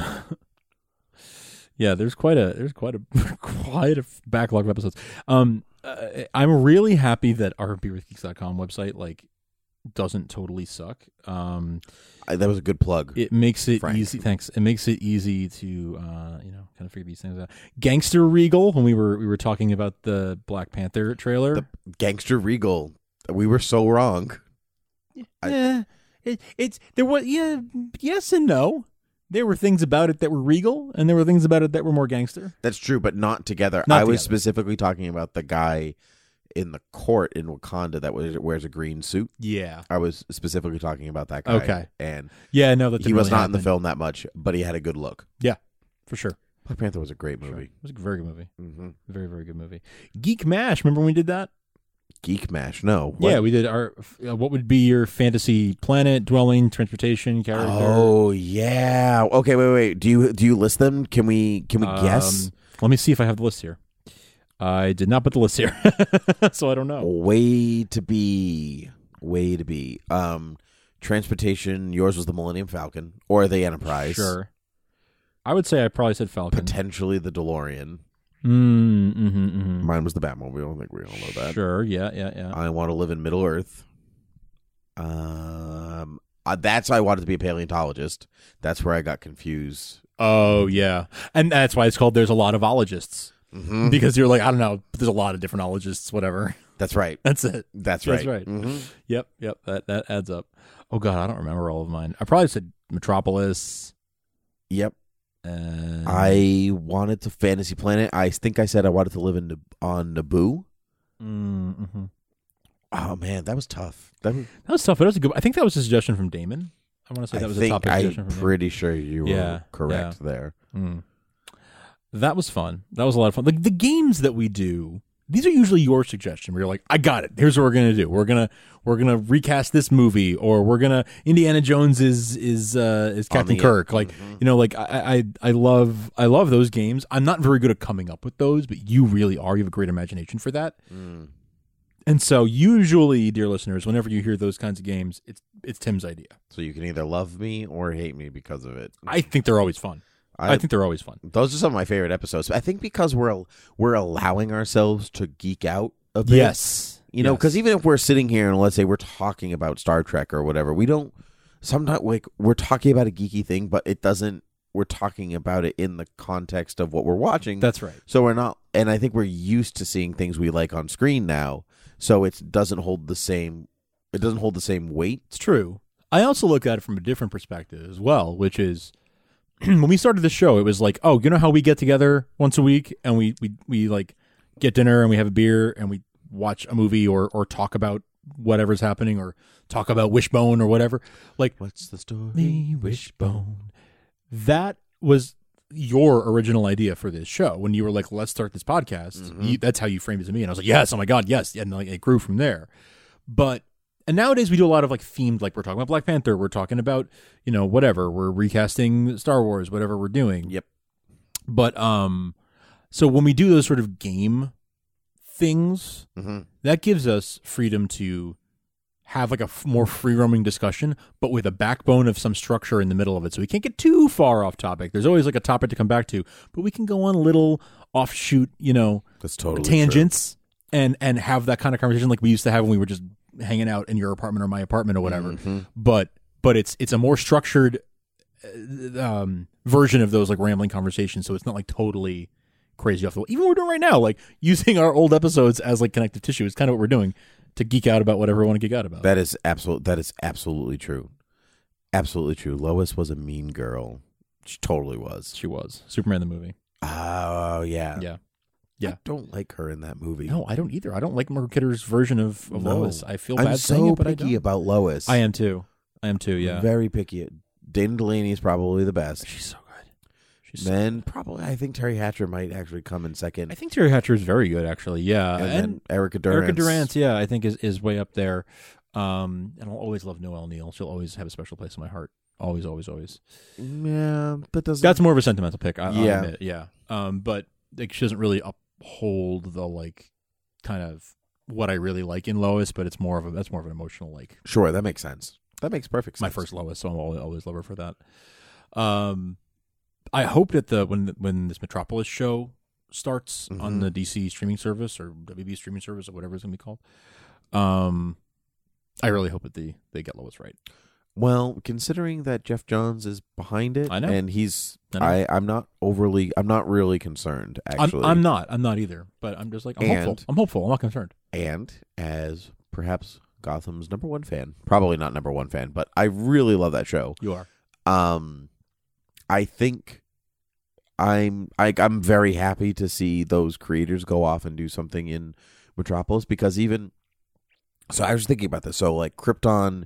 C: Yeah, there's quite a (laughs) there's quite a quite a backlog of episodes. Um uh, I'm really happy that our beerwithgeeks.com website like doesn't totally suck. Um
B: I, that was a good plug.
C: it makes it
B: Frank.
C: easy thanks. It makes it easy to uh you know kind of figure these things out. Gangster Regal when we were we were talking about the Black Panther trailer.
B: The- Gangster Regal. We were so wrong. I-
C: yeah, Eh, it, it's there was yeah, yes and no. There were things about it that were regal, and there were things about it that were more gangster.
B: That's true, but not together.
C: Not
B: I was
C: together.
B: specifically talking about the guy in the court in Wakanda that wears, wears a green suit.
C: Yeah,
B: I was specifically talking about that guy.
C: Okay.
B: And
C: yeah, no, that
B: he was not in the
C: film
B: film that much, but he had a good look.
C: for sure.
B: Black Panther was a great
C: Sure.
B: movie.
C: It was a very good movie,
B: hmm
C: very very good movie. Geek Mash, remember when we did that?
B: Geek Mash. No.
C: Yeah,
B: What?
C: we did our uh, what would be your fantasy planet, dwelling, transportation, character.
B: Oh yeah. Okay. Wait. Wait. Do you do you list them? Can we can we guess?
C: Um, Let me see if I have the list here. I did not put the list here, (laughs) so I don't know.
B: Way to be. Way to be. Um, transportation. Yours was the Millennium Falcon or the Enterprise.
C: Sure, I would say I probably said Falcon.
B: Potentially the DeLorean.
C: Mm, mm-hmm, mm-hmm.
B: Mine was the Batmobile. I think we all know that.
C: Sure. Yeah. Yeah. Yeah.
B: I want to live in Middle Earth. Um, uh, that's why I wanted to be a paleontologist. That's where I got confused.
C: oh yeah, and that's why it's called. There's a lot of ologists
B: Mhm.
C: because you're like I don't know. There's a lot of different ologists. Whatever.
B: (laughs)
C: (laughs)
B: That's right.
C: That's it.
B: That's right.
C: That's right.
B: Mhm.
C: Yep. Yep. That that adds up. Oh god, I don't remember all of mine. I probably said Metropolis.
B: Yep.
C: And
B: I wanted to fantasy planet. I think I said I wanted to live in Nab- on Naboo.
C: Mm, mhm.
B: Oh man, that was tough. That was,
C: that was tough. But that was a good. I think that was a suggestion from Damon. I want to say that
B: I
C: was a
B: think
C: top
B: I'm
C: suggestion from Hmm.
B: pretty sure you were
C: Yeah,
B: correct there.
C: Damon. Mm. That was fun. That was a lot of fun. Like the games that we do these are usually your suggestion where you're like, I got it. Here's what we're gonna do. We're gonna we're gonna recast this movie, or we're gonna Indiana Jones is is uh, is Captain
B: the- Mm-hmm.
C: Kirk. Like you know, like I, I I love I love those games. I'm not very good at coming up with those, but you really are. You have a great imagination for that. And so usually, dear listeners, whenever you hear those kinds of games, it's it's Tim's idea.
B: So you can either love me or hate me because of it.
C: I think they're always fun. I, think they're always fun.
B: Those are some of my favorite episodes. I think because we're al- we're allowing ourselves to geek out a bit.
C: Yes.
B: You know, because even if we're sitting here and let's say we're talking about Star Trek or whatever, we don't. Sometimes like we're talking about a geeky thing, but it doesn't. We're talking about it in the context of what we're watching.
C: That's right.
B: So we're not, and I think we're used to seeing things we like on screen now. So it doesn't hold the same. It doesn't hold the same weight.
C: It's true. I also look at it from a different perspective as well, which is (clears throat) when we started the show, it was like, oh, you know how we get together once a week and we we we like get dinner and we have a beer and we watch a movie or or talk about whatever's happening or talk about Wishbone or whatever. Like
B: what's the story?
C: Me Wishbone. That was your original idea for this show when you were like, let's start this podcast. You, that's how you framed it to me, and I was like, yes, oh my god, yes, and like it grew from there. But and nowadays we do a lot of like themed, like we're talking about Black Panther, we're talking about you know whatever, we're recasting Star Wars, whatever we're doing.
B: Yep.
C: But um, so when we do those sort of game things,
B: Mhm.
C: that gives us freedom to have like a f- more free roaming discussion, but with a backbone of some structure in the middle of it. So we can't get too far off topic. There's always like a topic to come back to, but we can go on little offshoot, you know,
B: That's totally true.
C: tangents and and have that kind of conversation like we used to have when we were just hanging out in your apartment or my apartment or whatever.
B: Mm-hmm.
C: But but it's it's a more structured uh, um, version of those like rambling conversations. So it's not like totally crazy off the wall. Even what we're doing right now, like using our old episodes as like connective tissue is kind of what we're doing to geek out about whatever we want to geek out about.
B: That is absolute. That is absolutely true. Absolutely true. Lois was a mean girl. She totally was.
C: she was Superman the movie.
B: Oh yeah.
C: Yeah. Yeah.
B: I don't like her in that movie.
C: No, I don't either. I don't like Margaret Kidder's version of, of
B: No.
C: Lois. I feel
B: I'm
C: bad
B: so
C: saying it, but I
B: picky
C: don't.
B: about Lois.
C: I am too. I am too. Yeah.
B: Very picky. Dana Delaney is probably the best.
C: She's so good. She's so
B: Then probably I think Terry Hatcher might actually come in second. Uh,
C: I think Terry Hatcher is very good, actually. Yeah,
B: and, then Erica Durant.
C: Erica Durant, yeah, I think is is way up there. Um, and I'll always love Noelle Neal. She'll always have a special place in my heart. Always, always, always.
B: Yeah, but doesn't.
C: That's more of a sentimental pick. I, yeah,
B: Yeah.
C: I admit, yeah. Um, but like she doesn't really uphold the like kind of what I really like in Lois, but it's more of a that's more of an emotional like
B: sure. That makes sense. That makes perfect
C: my
B: sense.
C: first Lois, so I'll always, always love her for that. Um, I hope that the when when this Metropolis show starts on
B: Mhm.
C: the DC streaming service or WB streaming service or whatever it's gonna be called, um, I really hope that they they get Lois right.
B: Well, considering that Jeff Johns is behind it,
C: I know.
B: and he's
C: I know.
B: I, I'm not overly I'm not really concerned actually.
C: I'm I'm not I'm not either, but I'm just like I'm
B: And-
C: hopeful. I'm hopeful. I'm not concerned.
B: and as perhaps Gotham's number one fan, probably not number one fan, but I really love that show.
C: You are.
B: Um, I think I'm I, I'm very happy to see those creators go off and do something in Metropolis because even so, I was thinking about this. So like Krypton,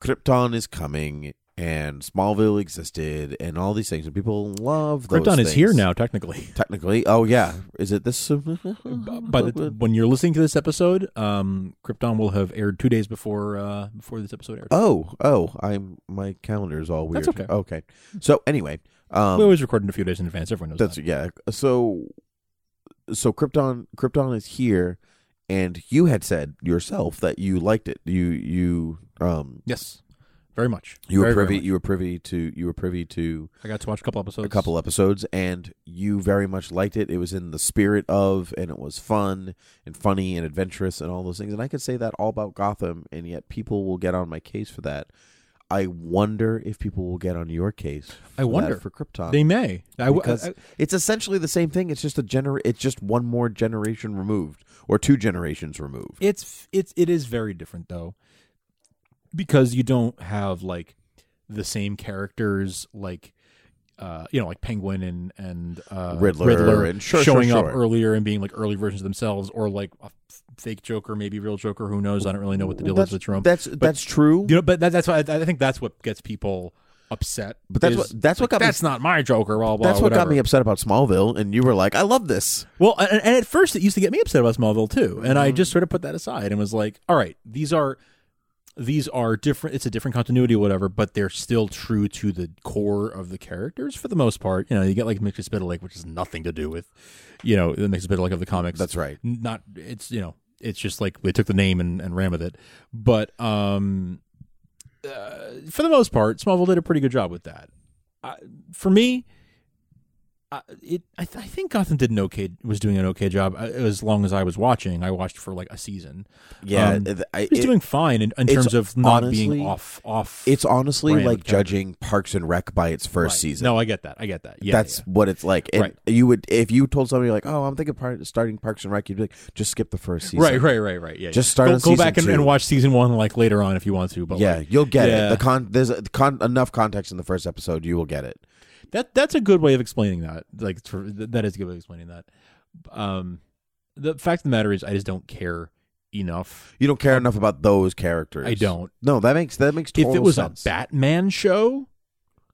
B: Krypton is coming. And Smallville existed, and all these things, and people love those
C: Krypton is here
B: things. (laughs)
C: now, technically.
B: Technically, oh yeah, is it this?
C: By the, when you're listening to this episode, um, Krypton will have aired two days before uh, before this episode aired.
B: (laughs) Oh, oh, I'm my calendar is all weird.
C: That's okay.
B: Okay. So anyway, um,
C: we always record it a few days in advance. Everyone knows
B: that's
C: that.
B: yeah. So, so Krypton, Krypton is here, and you had said yourself that you liked it. You you um
C: Yes, very much.
B: you
C: Very,
B: were
C: very
B: privy
C: much.
B: you were privy to you were privy to
C: I got to watch a couple episodes.
B: a couple episodes, and you very much liked it. It was in the spirit of, and it was fun and funny and adventurous and all those things. And I could say that all about Gotham, and yet people will get on my case for that. I wonder if people will get on your case. for
C: I wonder.
B: that for Krypton.
C: They may. I, w-
B: because
C: I- I-
B: it's essentially the same thing. It's just a gener. It's just one more generation removed, or two generations removed.
C: it's it's it is very different though, because you don't have like the same characters like. Uh, you know, like Penguin and and uh,
B: Riddler and- sure, sure,
C: showing up
B: sure.
C: earlier and being like early versions of themselves, or like a f- fake Joker, maybe real Joker. Who knows? I don't really know what the deal
B: that's
C: is with Jerome.
B: that's, that's true.
C: you know, but that, that's why I, I think that's what gets people upset.
B: But that's
C: is,
B: what that's what got
C: like,
B: me-
C: That's not my Joker. Blah blah.
B: That's what got
C: whatever.
B: me upset about Smallville, and you were like, "I love this."
C: Well, and, and at first it used to get me upset about Smallville too, and
B: Mm-hmm.
C: I just sort of put that aside and was like, "All right, these are these are different. It's a different continuity, or whatever, but they're still true to the core of the characters for the most part." You know, you get like Mixed Spittlelake, which has nothing to do with you know the Mixed Spittlelake of the comics.
B: That's right.
C: Not it's you know it's just like they took the name and, and ran with it, but um, uh, for the most part, Smallville did a pretty good job with that. I, for me, I, it I, th- I think Gotham did an okay was doing an okay job uh, as long as I was watching. I watched for like a season.
B: Yeah,
C: um,
B: th- I-
C: it was
B: it-
C: doing fine in, in
B: it's
C: terms of not
B: honestly-
C: being off off.
B: It's honestly
C: brand
B: like
C: with characters.
B: judging Parks and Rec by its first
C: Right.
B: season.
C: No, I get that. I get that. Yeah,
B: that's what it's like. And
C: Right.
B: you would if you told somebody like, "Oh, I'm thinking part, starting Parks and Rec," you'd be like, "Just skip the first
C: yeah.
B: season."
C: right, right, right, right. Yeah,
B: Just
C: yeah.
B: start
C: Go,
B: on
C: go
B: season
C: back and,
B: two.
C: and watch season one like later on if you want to. But
B: Yeah,
C: like,
B: you'll get
C: yeah.
B: it. The con there's a, the con, enough context in the first episode, you will get it.
C: That that's a good way of explaining that. Like for, th- that is a good way of explaining that. Um, the fact of the matter is, I just don't care enough.
B: You don't care enough about those characters.
C: Um, I don't.
B: No, that makes that makes
C: If
B: total
C: it was
B: sense. Mm-hmm.
C: a Batman show,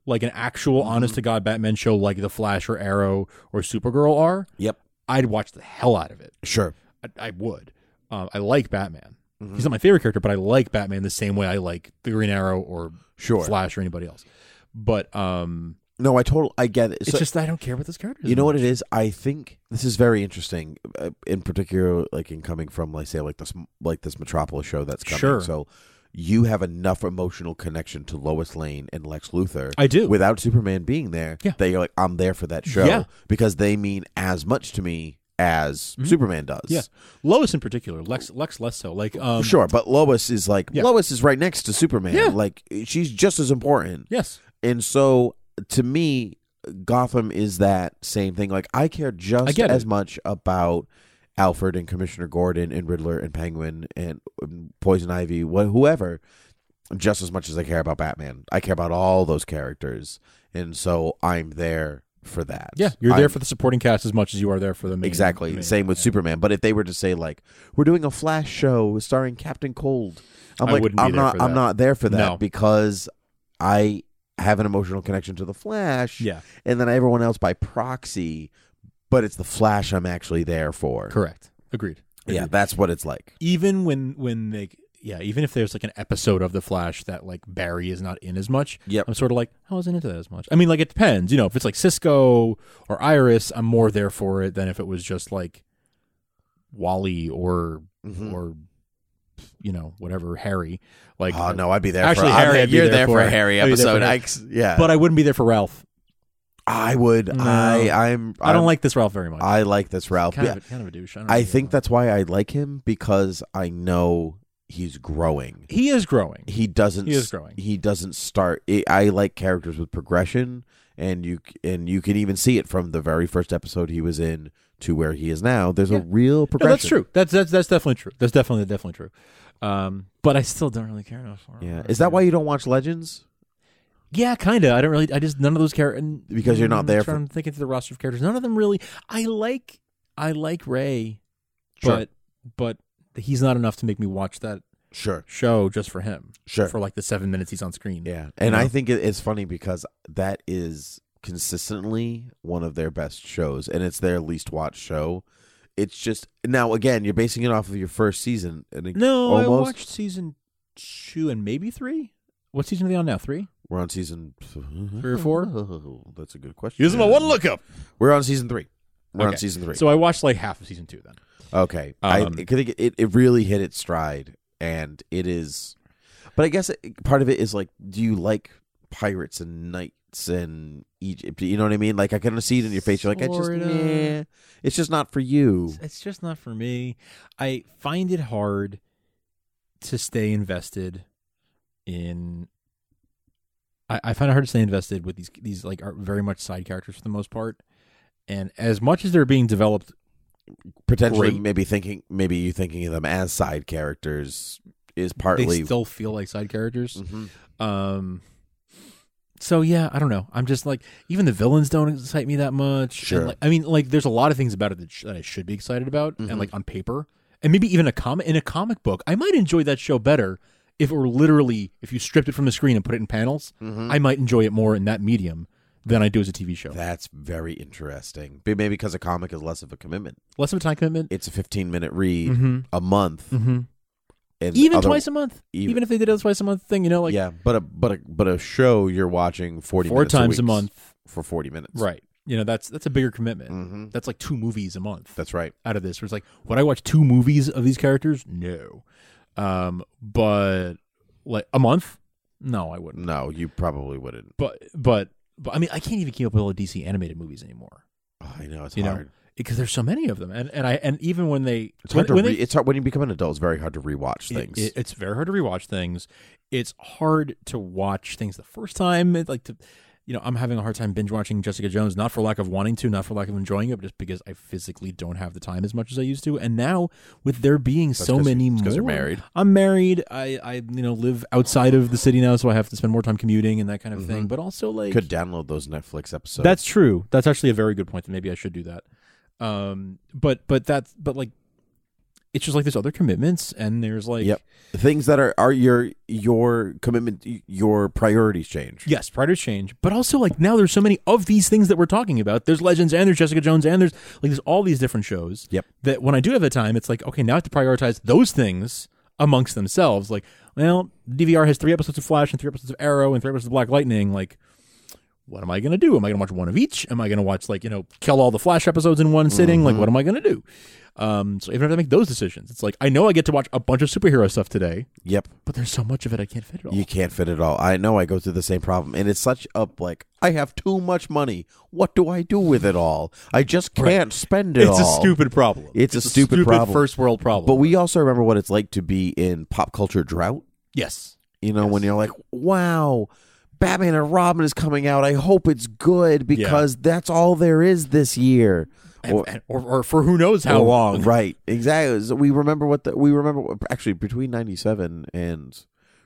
C: like an actual honest to god Batman show, like the Flash or Arrow or Supergirl are,
B: Yep.
C: I'd watch the hell out of it.
B: Sure.
C: I, I would. Um, I like Batman.
B: Mm-hmm.
C: He's not my favorite character, but I like Batman the same way I like the Green Arrow or
B: Sure.
C: Flash or anybody else. But um,
B: No, I total I get it.
C: it's
B: So-
C: just I don't care about this character.
B: you know what it is i think this is very interesting uh, in particular like in coming from like say like this like this metropolis show that's coming
C: Sure.
B: so you have enough emotional connection to lois lane and lex luthor
C: I do.
B: without superman being there
C: Yeah.
B: that you're like i'm there for that show
C: Yeah. Mm-hmm.
B: because they mean as much to me as superman does
C: Yeah, Lois in particular, Lex Lex less so. Like um,
B: sure but lois is like
C: Yeah.
B: lois is right next to superman
C: Yeah.
B: like she's just as important
C: Yes.
B: and so to me, Gotham is that same thing. Like I care just
C: I get
B: as
C: it.
B: much about Alfred and Commissioner Gordon and Riddler and Penguin and Poison Ivy, wh- whoever, just as much as I care about Batman. I care about all those characters, and so I'm there for that.
C: Yeah, you're there
B: I'm-
C: for the supporting cast as much as you are there for the main.
B: exactly
C: main-
B: same with Superman. But if they were to say like we're doing a Flash show starring Captain Cold, I'm
C: I
B: like
C: wouldn't be
B: I'm
C: there
B: not
C: for
B: I'm
C: that.
B: not there for that
C: No.
B: because I have an emotional connection to the Flash
C: Yeah,
B: and then everyone else by proxy, but it's the Flash I'm actually there for.
C: correct. Agreed.
B: Yeah, that's what it's like.
C: Even when when they yeah, even if there's like an episode of The Flash that like Barry is not in as much,
B: Yep.
C: I'm sort of like I wasn't into that as much. I mean, like it depends. You know, if it's like Cisco or Iris, I'm more there for it than if it was just like Wally or
B: Mhm.
C: or you know whatever Harry. Like
B: oh no, I'd be there.
C: Actually,
B: for,
C: Harry,
B: I'd
C: I'd
B: be,
C: be
B: you're
C: there
B: there, for
C: for-
B: a Harry
C: I'd be there for
B: episode.
C: Harry.
B: I ex- yeah,
C: but I wouldn't be there for Ralph.
B: I would.
C: No.
B: I I'm.
C: I
B: I'm-
C: don't like this Ralph very much.
B: I like this Ralph.
C: kind
B: Yeah.
C: of a, kind of a douche. I, don't
B: I
C: really
B: think
C: know.
B: that's why I like him because I know he's growing.
C: he is growing.
B: He doesn't.
C: He is
B: s-
C: growing.
B: He doesn't start. I I like characters with progression, and you c- and you can even see it from the very first episode he was in to where he is now. There's a
C: Yeah.
B: real
C: No,
B: progression.
C: that's true. That's that's that's definitely true. That's definitely definitely true. Um, but I still don't really care enough for him.
B: Yeah. Is that why you don't watch Legends?
C: Yeah, kind of. I don't really. I just none of those characters
B: Because you're not there for-
C: I'm thinking through the roster of characters. None of them really. I like I like Ray,
B: Sure.
C: but but he's not enough to make me watch that
B: Sure.
C: show just for him.
B: Sure.
C: For like the seven minutes he's on screen.
B: Yeah. And
C: Yeah.
B: I think it, it's funny because that is consistently one of their best shows and it's their least watched show. It's just now again, you're basing it off of your first season and it-
C: No, I
B: almost
C: watched season two and maybe three. What season are they on now? Three.
B: we're on season
C: Three or (laughs) four?
B: That's a good question.
C: up.
B: We're on season three. We're on
C: Okay.
B: season three.
C: So I watched like half of season two then.
B: Okay, I I
C: Um,
B: think it, it really hit its stride, and it is. But I guess it, part of it is like, do you like pirates and knights and Egypt? You know what I mean? Like I can see it in your face. You're like, I just,
C: Sorta.
B: meh. it's just not for you.
C: it's- it's just not for me. I find it hard to stay invested in. I, I find it hard to stay invested with these these like are very much side characters for the most part, and as much as they're being developed,
B: Potentially,
C: Great.
B: maybe thinking, maybe you thinking of them as side characters is
C: they
B: partly.
C: still feel like side characters.
B: Mhm.
C: Um. So yeah, I don't know. I'm just like even the villains don't excite me that much. And,
B: Sure.
C: like- I mean, like there's a lot of things about it that, sh- that I should be excited about,
B: Mhm.
C: and like on paper, and maybe even a comic in a comic book, I might enjoy that show better if it were literally if you stripped it from the screen and put it in panels,
B: Mhm.
C: I might enjoy it more in that medium than I do as a TV show.
B: That's very interesting. But maybe because a comic is less of a commitment,
C: less of a time commitment.
B: It's a fifteen minute read
C: Mhm.
B: a month,
C: Mhm.
B: and
C: even
B: other-
C: twice a month, even,
B: even-
C: if they did a twice a month thing, you know, like
B: yeah, but a but a but a show you're watching forty
C: Four
B: minutes
C: times a
B: week
C: month.
B: for forty minutes,
C: right. You know, that's that's a bigger commitment.
B: Mm-hmm.
C: That's like two movies a month. That's right. Out of this, where it's like, would I watch two movies of these characters? No, um, but like a month, no, I wouldn't.
B: No, you probably wouldn't.
C: But but but I mean, I can't even keep up with all the DC animated movies anymore.
B: Oh, I know it's
C: you know?
B: hard.
C: because there's so many of them, and and I and even when they
B: It's
C: when,
B: hard to
C: when
B: re-
C: they-
B: it's hard when you become an adult. It's very hard to rewatch
C: it-
B: things.
C: it- it's very hard to rewatch things. It's hard to watch things the first time. It, like to, you know, I'm having a hard time binge watching Jessica Jones, not for lack of wanting to, not for lack of enjoying it, but just because I physically don't have the time as much as I used to. And now with there being
B: That's
C: so
B: 'cause-
C: many
B: it's 'cause
C: more,
B: you're married.
C: I'm married. I I you know live outside of the city now, so I have to spend more time commuting and that kind of thing.
B: Mhm.
C: But also like
B: could download those Netflix episodes.
C: that's true. That's actually a very good point. That maybe I should do that. Um, but but that's but like, it's just like there's other commitments, and there's like
B: yep. Things that are are your your commitment your priorities change.
C: yes, priorities change. But also like now there's so many of these things that we're talking about. There's Legends and there's Jessica Jones and there's like there's all these different shows.
B: Yep.
C: That when I do have the time, it's like okay, now I have to prioritize those things amongst themselves. Like, well, DVR has three episodes of Flash and three episodes of Arrow and three episodes of Black Lightning. Like. What am I going to do? Am I going to watch one of each? Am I going to watch like, you know, kill all the Flash episodes in one sitting? Like
B: Mhm.
C: what am I going to do? Um so even if I have to make those decisions, it's like I know I get to watch a bunch of superhero stuff today,
B: Yep.
C: but there's so much of it I can't fit it all.
B: You can't fit it all. I know I go through the same problem. And it's such a like I have too much money. What do I do with it all? I just can't
C: Right.
B: spend it
C: It's a
B: all.
C: stupid problem.
B: It's,
C: It's
B: a,
C: a
B: stupid,
C: stupid
B: problem.
C: first world problem.
B: But we also remember what it's like to be in pop culture drought.
C: Yes.
B: You know, when you're like, wow, Batman and Robin is coming out. I hope it's good because that's all there is this year. Or,
C: or, or for who knows how
B: or-
C: (laughs) long.
B: Right. Exactly. So we remember what the, we remember what- actually between 97 and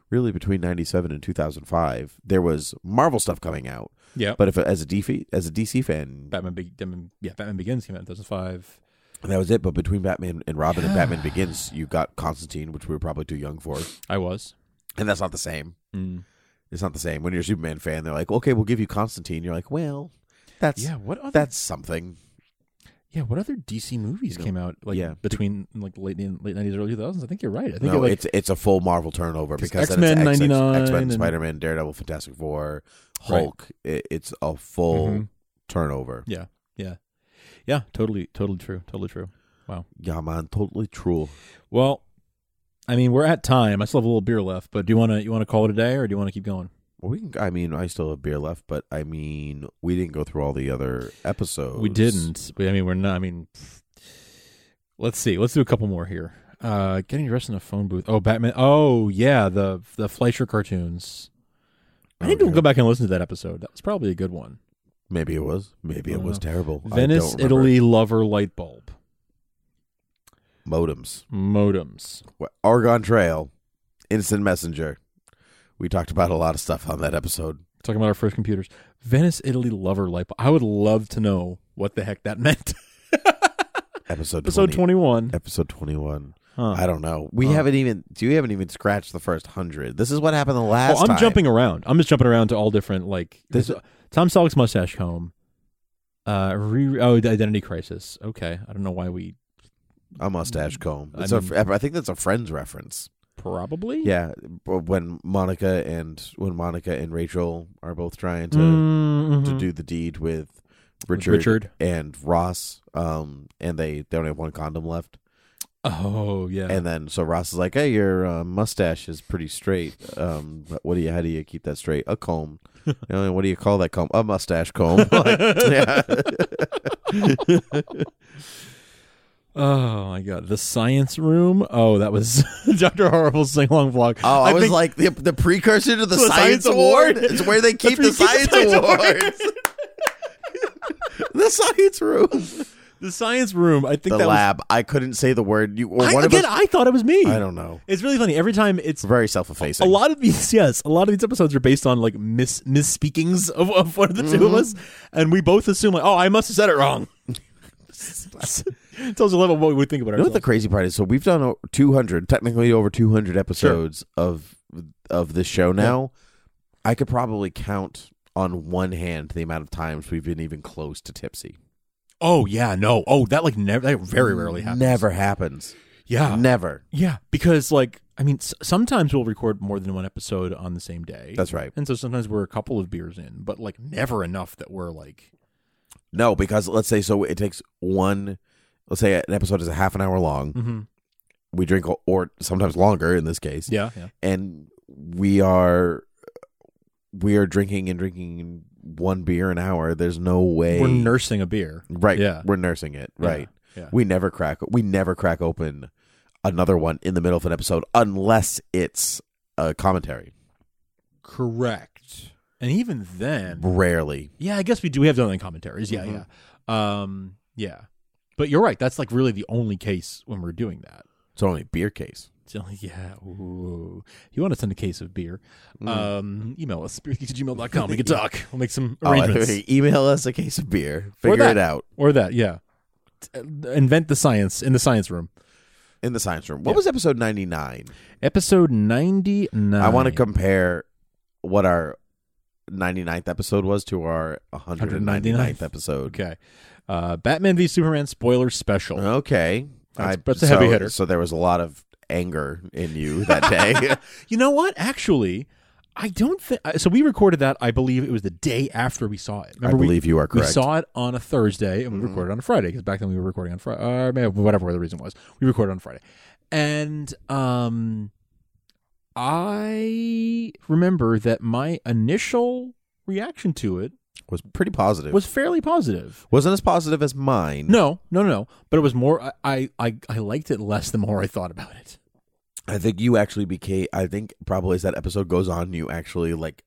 B: really between 97 and 2005, there was Marvel stuff coming out.
C: Yeah.
B: But if as a DC, as a DC fan,
C: Batman, Be- Batman, yeah, Batman Begins came out in 2005.
B: that was it. But between Batman and Robin and Batman Begins, you got Constantine, which we were probably too young for.
C: I was.
B: And that's not the same.
C: Mm.
B: It's not the same. When you're a Superman fan, they're like, okay, we'll give you Constantine. You're like, well, that's
C: Yeah, what other-
B: that's something.
C: Yeah, what other DC movies
B: No.
C: came out like
B: Yeah.
C: between like late in- late 90s early 2000s? I think you're right. I think
B: no,
C: it, like,
B: it's it's a full Marvel turnover
C: 'Cause
B: because
C: X-Men
B: then it's X- X-
C: 99
B: X-Men,
C: and-
B: Spider-Man, Daredevil, Fantastic Four,
C: Right.
B: Hulk. It, it's a full
C: Mhm.
B: turnover.
C: yeah. Yeah. Yeah, totally totally true. Totally true. Wow.
B: Yeah, man, totally true.
C: Well, I mean, we're at time. I still have a little beer left, but do you want to you want to call it a day or do you want to keep going?
B: We can, I mean, I still have beer left, but I mean, we didn't go through all the other episodes.
C: We didn't. We, I mean, we're not. I mean, pfft. let's see. Let's do a couple more here. Uh, getting dressed in a phone booth. Oh, Batman. Oh, yeah. The the Fleischer cartoons. I need to
B: Okay.
C: go back and listen to that episode. That was probably a good one.
B: Maybe it was. Maybe
C: I
B: it
C: don't
B: was
C: know.
B: terrible. I
C: Uh, Venice,
B: don't remember.
C: Italy, lover light bulb
B: Modems.
C: modems.
B: What- Argon Trail. Instant Messenger. We talked about a lot of stuff on that episode.
C: Talking about our first computers. Venice, Italy, lover light bulb. I would love to know what the heck that meant. (laughs)
B: Episode
C: Episode
B: 20
C: 21.
B: Episode 21.
C: Huh.
B: I don't know. We
C: Huh.
B: haven't even you haven't even scratched the first 100. This is what happened the last
C: Well, I'm
B: time.
C: jumping around. I'm just jumping around to all different like
B: This-
C: this- Tom Selleck's mustache comb. Uh, re- oh, the identity crisis. Okay, I don't know why we
B: a mustache comb.
C: I
B: It's a- I think that's a friends reference.
C: probably
B: Yeah, b- when Monica and when Monica and Rachel are both trying to
C: Mhm.
B: to do the deed with Richard,
C: Richard.
B: and Ross, um, and they they only have one condom left,
C: Oh yeah,
B: and then so Ross is like, "Hey, your uh, mustache is pretty straight. Um, but what do you? How do you keep that straight? A
C: (laughs)
B: comb. You know, and what do you call that comb? A mustache comb. (laughs) Like,
C: (laughs)
B: yeah.
C: oh my god, the science room. Oh, that was (laughs) Doctor Horrible's sing along vlog.
B: Oh, I, was
C: think (laughs)
B: like the, the precursor to the,
C: the
B: science,
C: Science
B: award. (laughs)
C: Award?
B: It's where they
C: That's
B: keep
C: where
B: the
C: you keep
B: science,
C: the Science (laughs)
B: awards. the science room.
C: the science room. I think
B: the
C: that
B: lab. I couldn't say the word. You or
C: was. I,
B: one
C: again,
B: of us.
C: I thought it was me.
B: I don't know.
C: It's really funny. Every time it's
B: It's very self-effacing.
C: a lot of these (laughs) yes a lot of these episodes are based on like mis misspeakings (laughs) of, of one of the
B: Mm-hmm.
C: two of us and we both assume like oh i must have said it wrong (laughs) tells you a little what we think
B: You know
C: about
B: what
C: ourselves
B: the crazy part is? So we've done o- 200, technically over 200 episodes of of this show now, I could probably count on one hand the amount of times we've been even close to tipsy.
C: Oh yeah, no. Oh, that like never. That very rarely happens. Ah.
B: Never happens.
C: Yeah.
B: Never.
C: Yeah, because like I mean, s- sometimes we'll record more than one episode on the same day.
B: That's right.
C: And so sometimes we're a couple of beers in, but like never enough that we're like
B: No, because let's say so it takes one. Let's say an episode is a half an hour long.
C: Mhm.
B: We drink or, or sometimes longer in this case.
C: Yeah, yeah.
B: and we are we are drinking and drinking one beer an hour. There's no way
C: we're nursing a beer.
B: Right.
C: Yeah.
B: We're nursing it.
C: Yeah,
B: Right.
C: yeah.
B: We never crack we never crack open another one in the middle of an episode unless it's a commentary.
C: Correct. And even then,
B: Rarely.
C: yeah, I guess we do. We have done it in commentaries. Yeah,
B: Mhm.
C: yeah, um, yeah. But you're right. That's like really the only case when we're doing that.
B: It's only a beer case.
C: It's only- (laughs) yeah. Ooh. If you want to send a case of beer,
B: Mm.
C: um, email us
B: (laughs)
C: beergeeks@gmail.com. We can talk. We'll make some
B: Oh, I
C: arrangements.
B: think- (laughs) email us a case of beer.
C: Or
B: Figure
C: that.
B: it out
C: Or that, yeah. T- Invent the science in the science room.
B: in the science room. What was episode 99?
C: Episode 99.
B: I want to compare what our 99th episode was to our 199th
C: 199th.
B: episode.
C: Okay. Uh, Batman v Superman spoiler special.
B: Okay.
C: That's- that's a heavy
B: so-
C: hitter.
B: So there was a lot of anger in you that
C: (laughs)
B: day. (laughs)
C: You know what? Actually, I don't think so. We recorded that. I believe it was the day after we saw it. Remember, we-
B: believe you are correct. Mm-hmm.
C: We saw it on a Thursday and we recorded on a Friday because back then we were recording on Friday, or maybe whatever the reason was. We recorded on Friday, and um, I remember that my initial reaction to it
B: was pretty positive.
C: was fairly positive.
B: Wasn't as positive as mine.
C: No, no, no, no. But it was more. I- I, I, I liked it less the more I thought about it.
B: I think you actually became. I think probably as that episode goes on, you actually like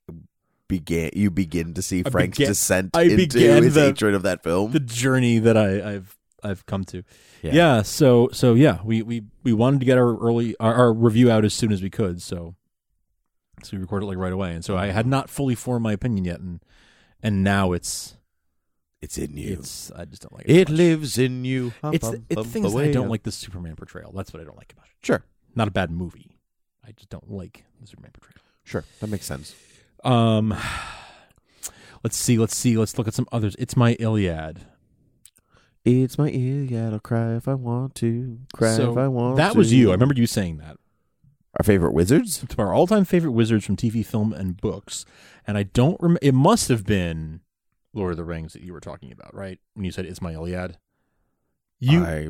B: began. You begin to see
C: I
B: Frank's
C: began-
B: descent
C: I
B: into
C: began
B: his
C: the-
B: hatred of that film.
C: the journey that I, I've I've come to.
B: Yeah.
C: Yeah. So so yeah, we we we wanted to get our early our, our review out as soon as we could. So so we recorded it like right away, and so I had not fully formed my opinion yet, and and now it's
B: it's in you.
C: it's I just don't like it. as
B: it
C: much.
B: lives in you. Hum,
C: It's
B: hum,
C: it's
B: hum,
C: things that I
B: away.
C: don't like the Superman portrayal. That's what I don't like about it.
B: Sure,
C: Not a bad movie. I just don't like the Superman portrayal.
B: sure, that makes sense.
C: Um, let's see, let's see, let's look at some others. It's my Iliad.
B: It's my Iliad. I'll cry if I want to. Cry
C: So
B: if I want.
C: that
B: to.
C: was you. I remember you saying that.
B: Our favorite wizards.
C: to our all-time favorite wizards from TV, film, and books. And I don't remember. It must have been Lord of the Rings that you were talking about, right? When you said it's my Iliad. You
B: I,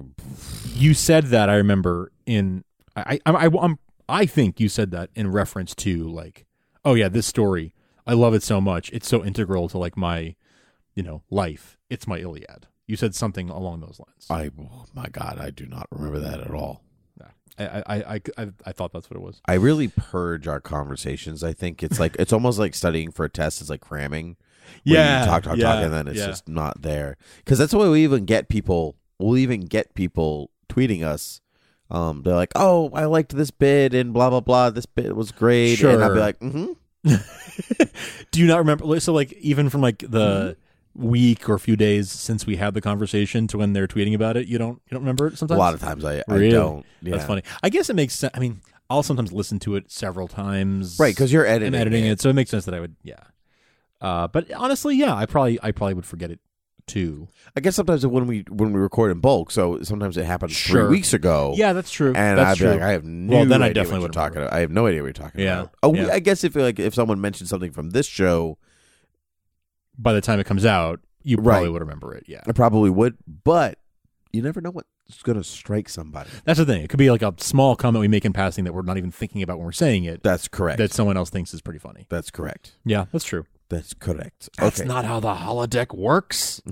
C: you said that I remember in I I, I I'm, I think you said that in reference to like oh yeah this story I love it so much it's so integral to like my you know life it's my Iliad. You said something along those lines.
B: I. Oh my God, I do not remember that at all.
C: I I I, I, I thought that's what it was.
B: I really purge our conversations. I think it's like it's almost like studying for a test. It's like cramming. where
C: Yeah,
B: you talk, talk,
C: yeah,
B: talk, and then it's
C: yeah.
B: just not there. Because that's the way we even get people. We'll even get people tweeting us. Um, they're like, "Oh, I liked this bit and blah blah blah. This bit was great." And I'll be
C: Sure.
B: like, "Mm-hmm."
C: (laughs) Do you not remember? So, like, even from like the
B: Mm-hmm.
C: week or few days since we had the conversation to when they're tweeting about it, you don't you don't remember it
B: A
C: sometimes.
B: lot of times I, I
C: Really?
B: don't. Yeah.
C: That's funny. I guess it makes sense. I mean, I'll sometimes listen to it several times.
B: right? Because you're editing.
C: I'm editing
B: it.
C: it. so it makes sense that I would. Yeah. Uh, but honestly, yeah, I probably I probably would forget it too.
B: I guess sometimes when we when we record in bulk, so sometimes it happens
C: Sure.
B: three weeks ago.
C: Yeah, that's true.
B: Oh. And
C: that's
B: I'd
C: true.
B: be like, I have no
C: Well, then I
B: idea
C: definitely
B: what
C: wouldn't
B: you're talking
C: remember.
B: about. I have no idea what you're talking
C: Yeah.
B: about. Oh, we-
C: Yeah.
B: I guess if like if someone mentioned something from this show,
C: By the time it comes out, you probably
B: Right.
C: would remember it. Yeah.
B: I probably would. But you never know what's going to strike somebody.
C: That's the thing. It could be like a small comment we make in passing that we're not even thinking about when we're saying it.
B: That's correct.
C: That someone else thinks is pretty funny.
B: That's correct.
C: Yeah, that's true.
B: That's correct.
C: That's
B: okay.
C: not how the holodeck works.
B: (laughs)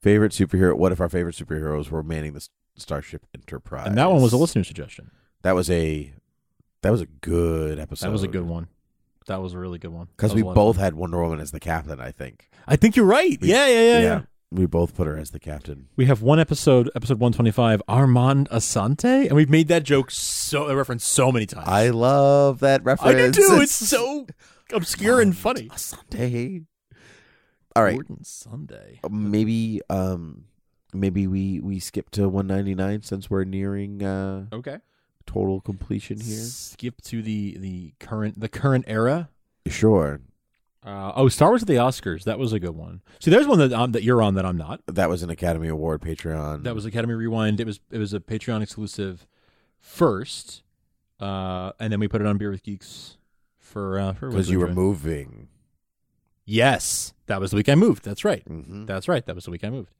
B: favorite superhero. What if our favorite superheroes were manning the S- Starship Enterprise?
C: And that one was a listener suggestion.
B: That was a that was a good episode.
C: That was a good one. That was a really good one.
B: because
C: That
B: we
C: was a lot of
B: both had Wonder Woman as the captain. I think.
C: fun. I think you're right.
B: We-
C: yeah, yeah, yeah, yeah.
B: We both put her as the captain.
C: We have one episode, episode 125, Armand Asante, and we've made that joke so that reference so many times.
B: I love that
C: I
B: reference.
C: do too. It's so obscure and funny.
B: Sunday. All right,
C: Gordon Sunday.
B: maybe um, maybe we we skip to 199 since we're nearing uh
C: Okay.
B: total completion here?
C: Skip to the the current the current era.
B: Sure.
C: Uh, oh, Star Wars at the Oscars. That was a good one. See, there's one that um, that you're on that I'm not.
B: That was an Academy Award Patreon.
C: That was Academy Rewind. It was it was a Patreon exclusive first, uh, and then we put it on Beer with Geeks for uh, for
B: because you were moving.
C: Yes, that was the week I moved. That's right.
B: Mm-hmm.
C: That's right. That was the week I moved.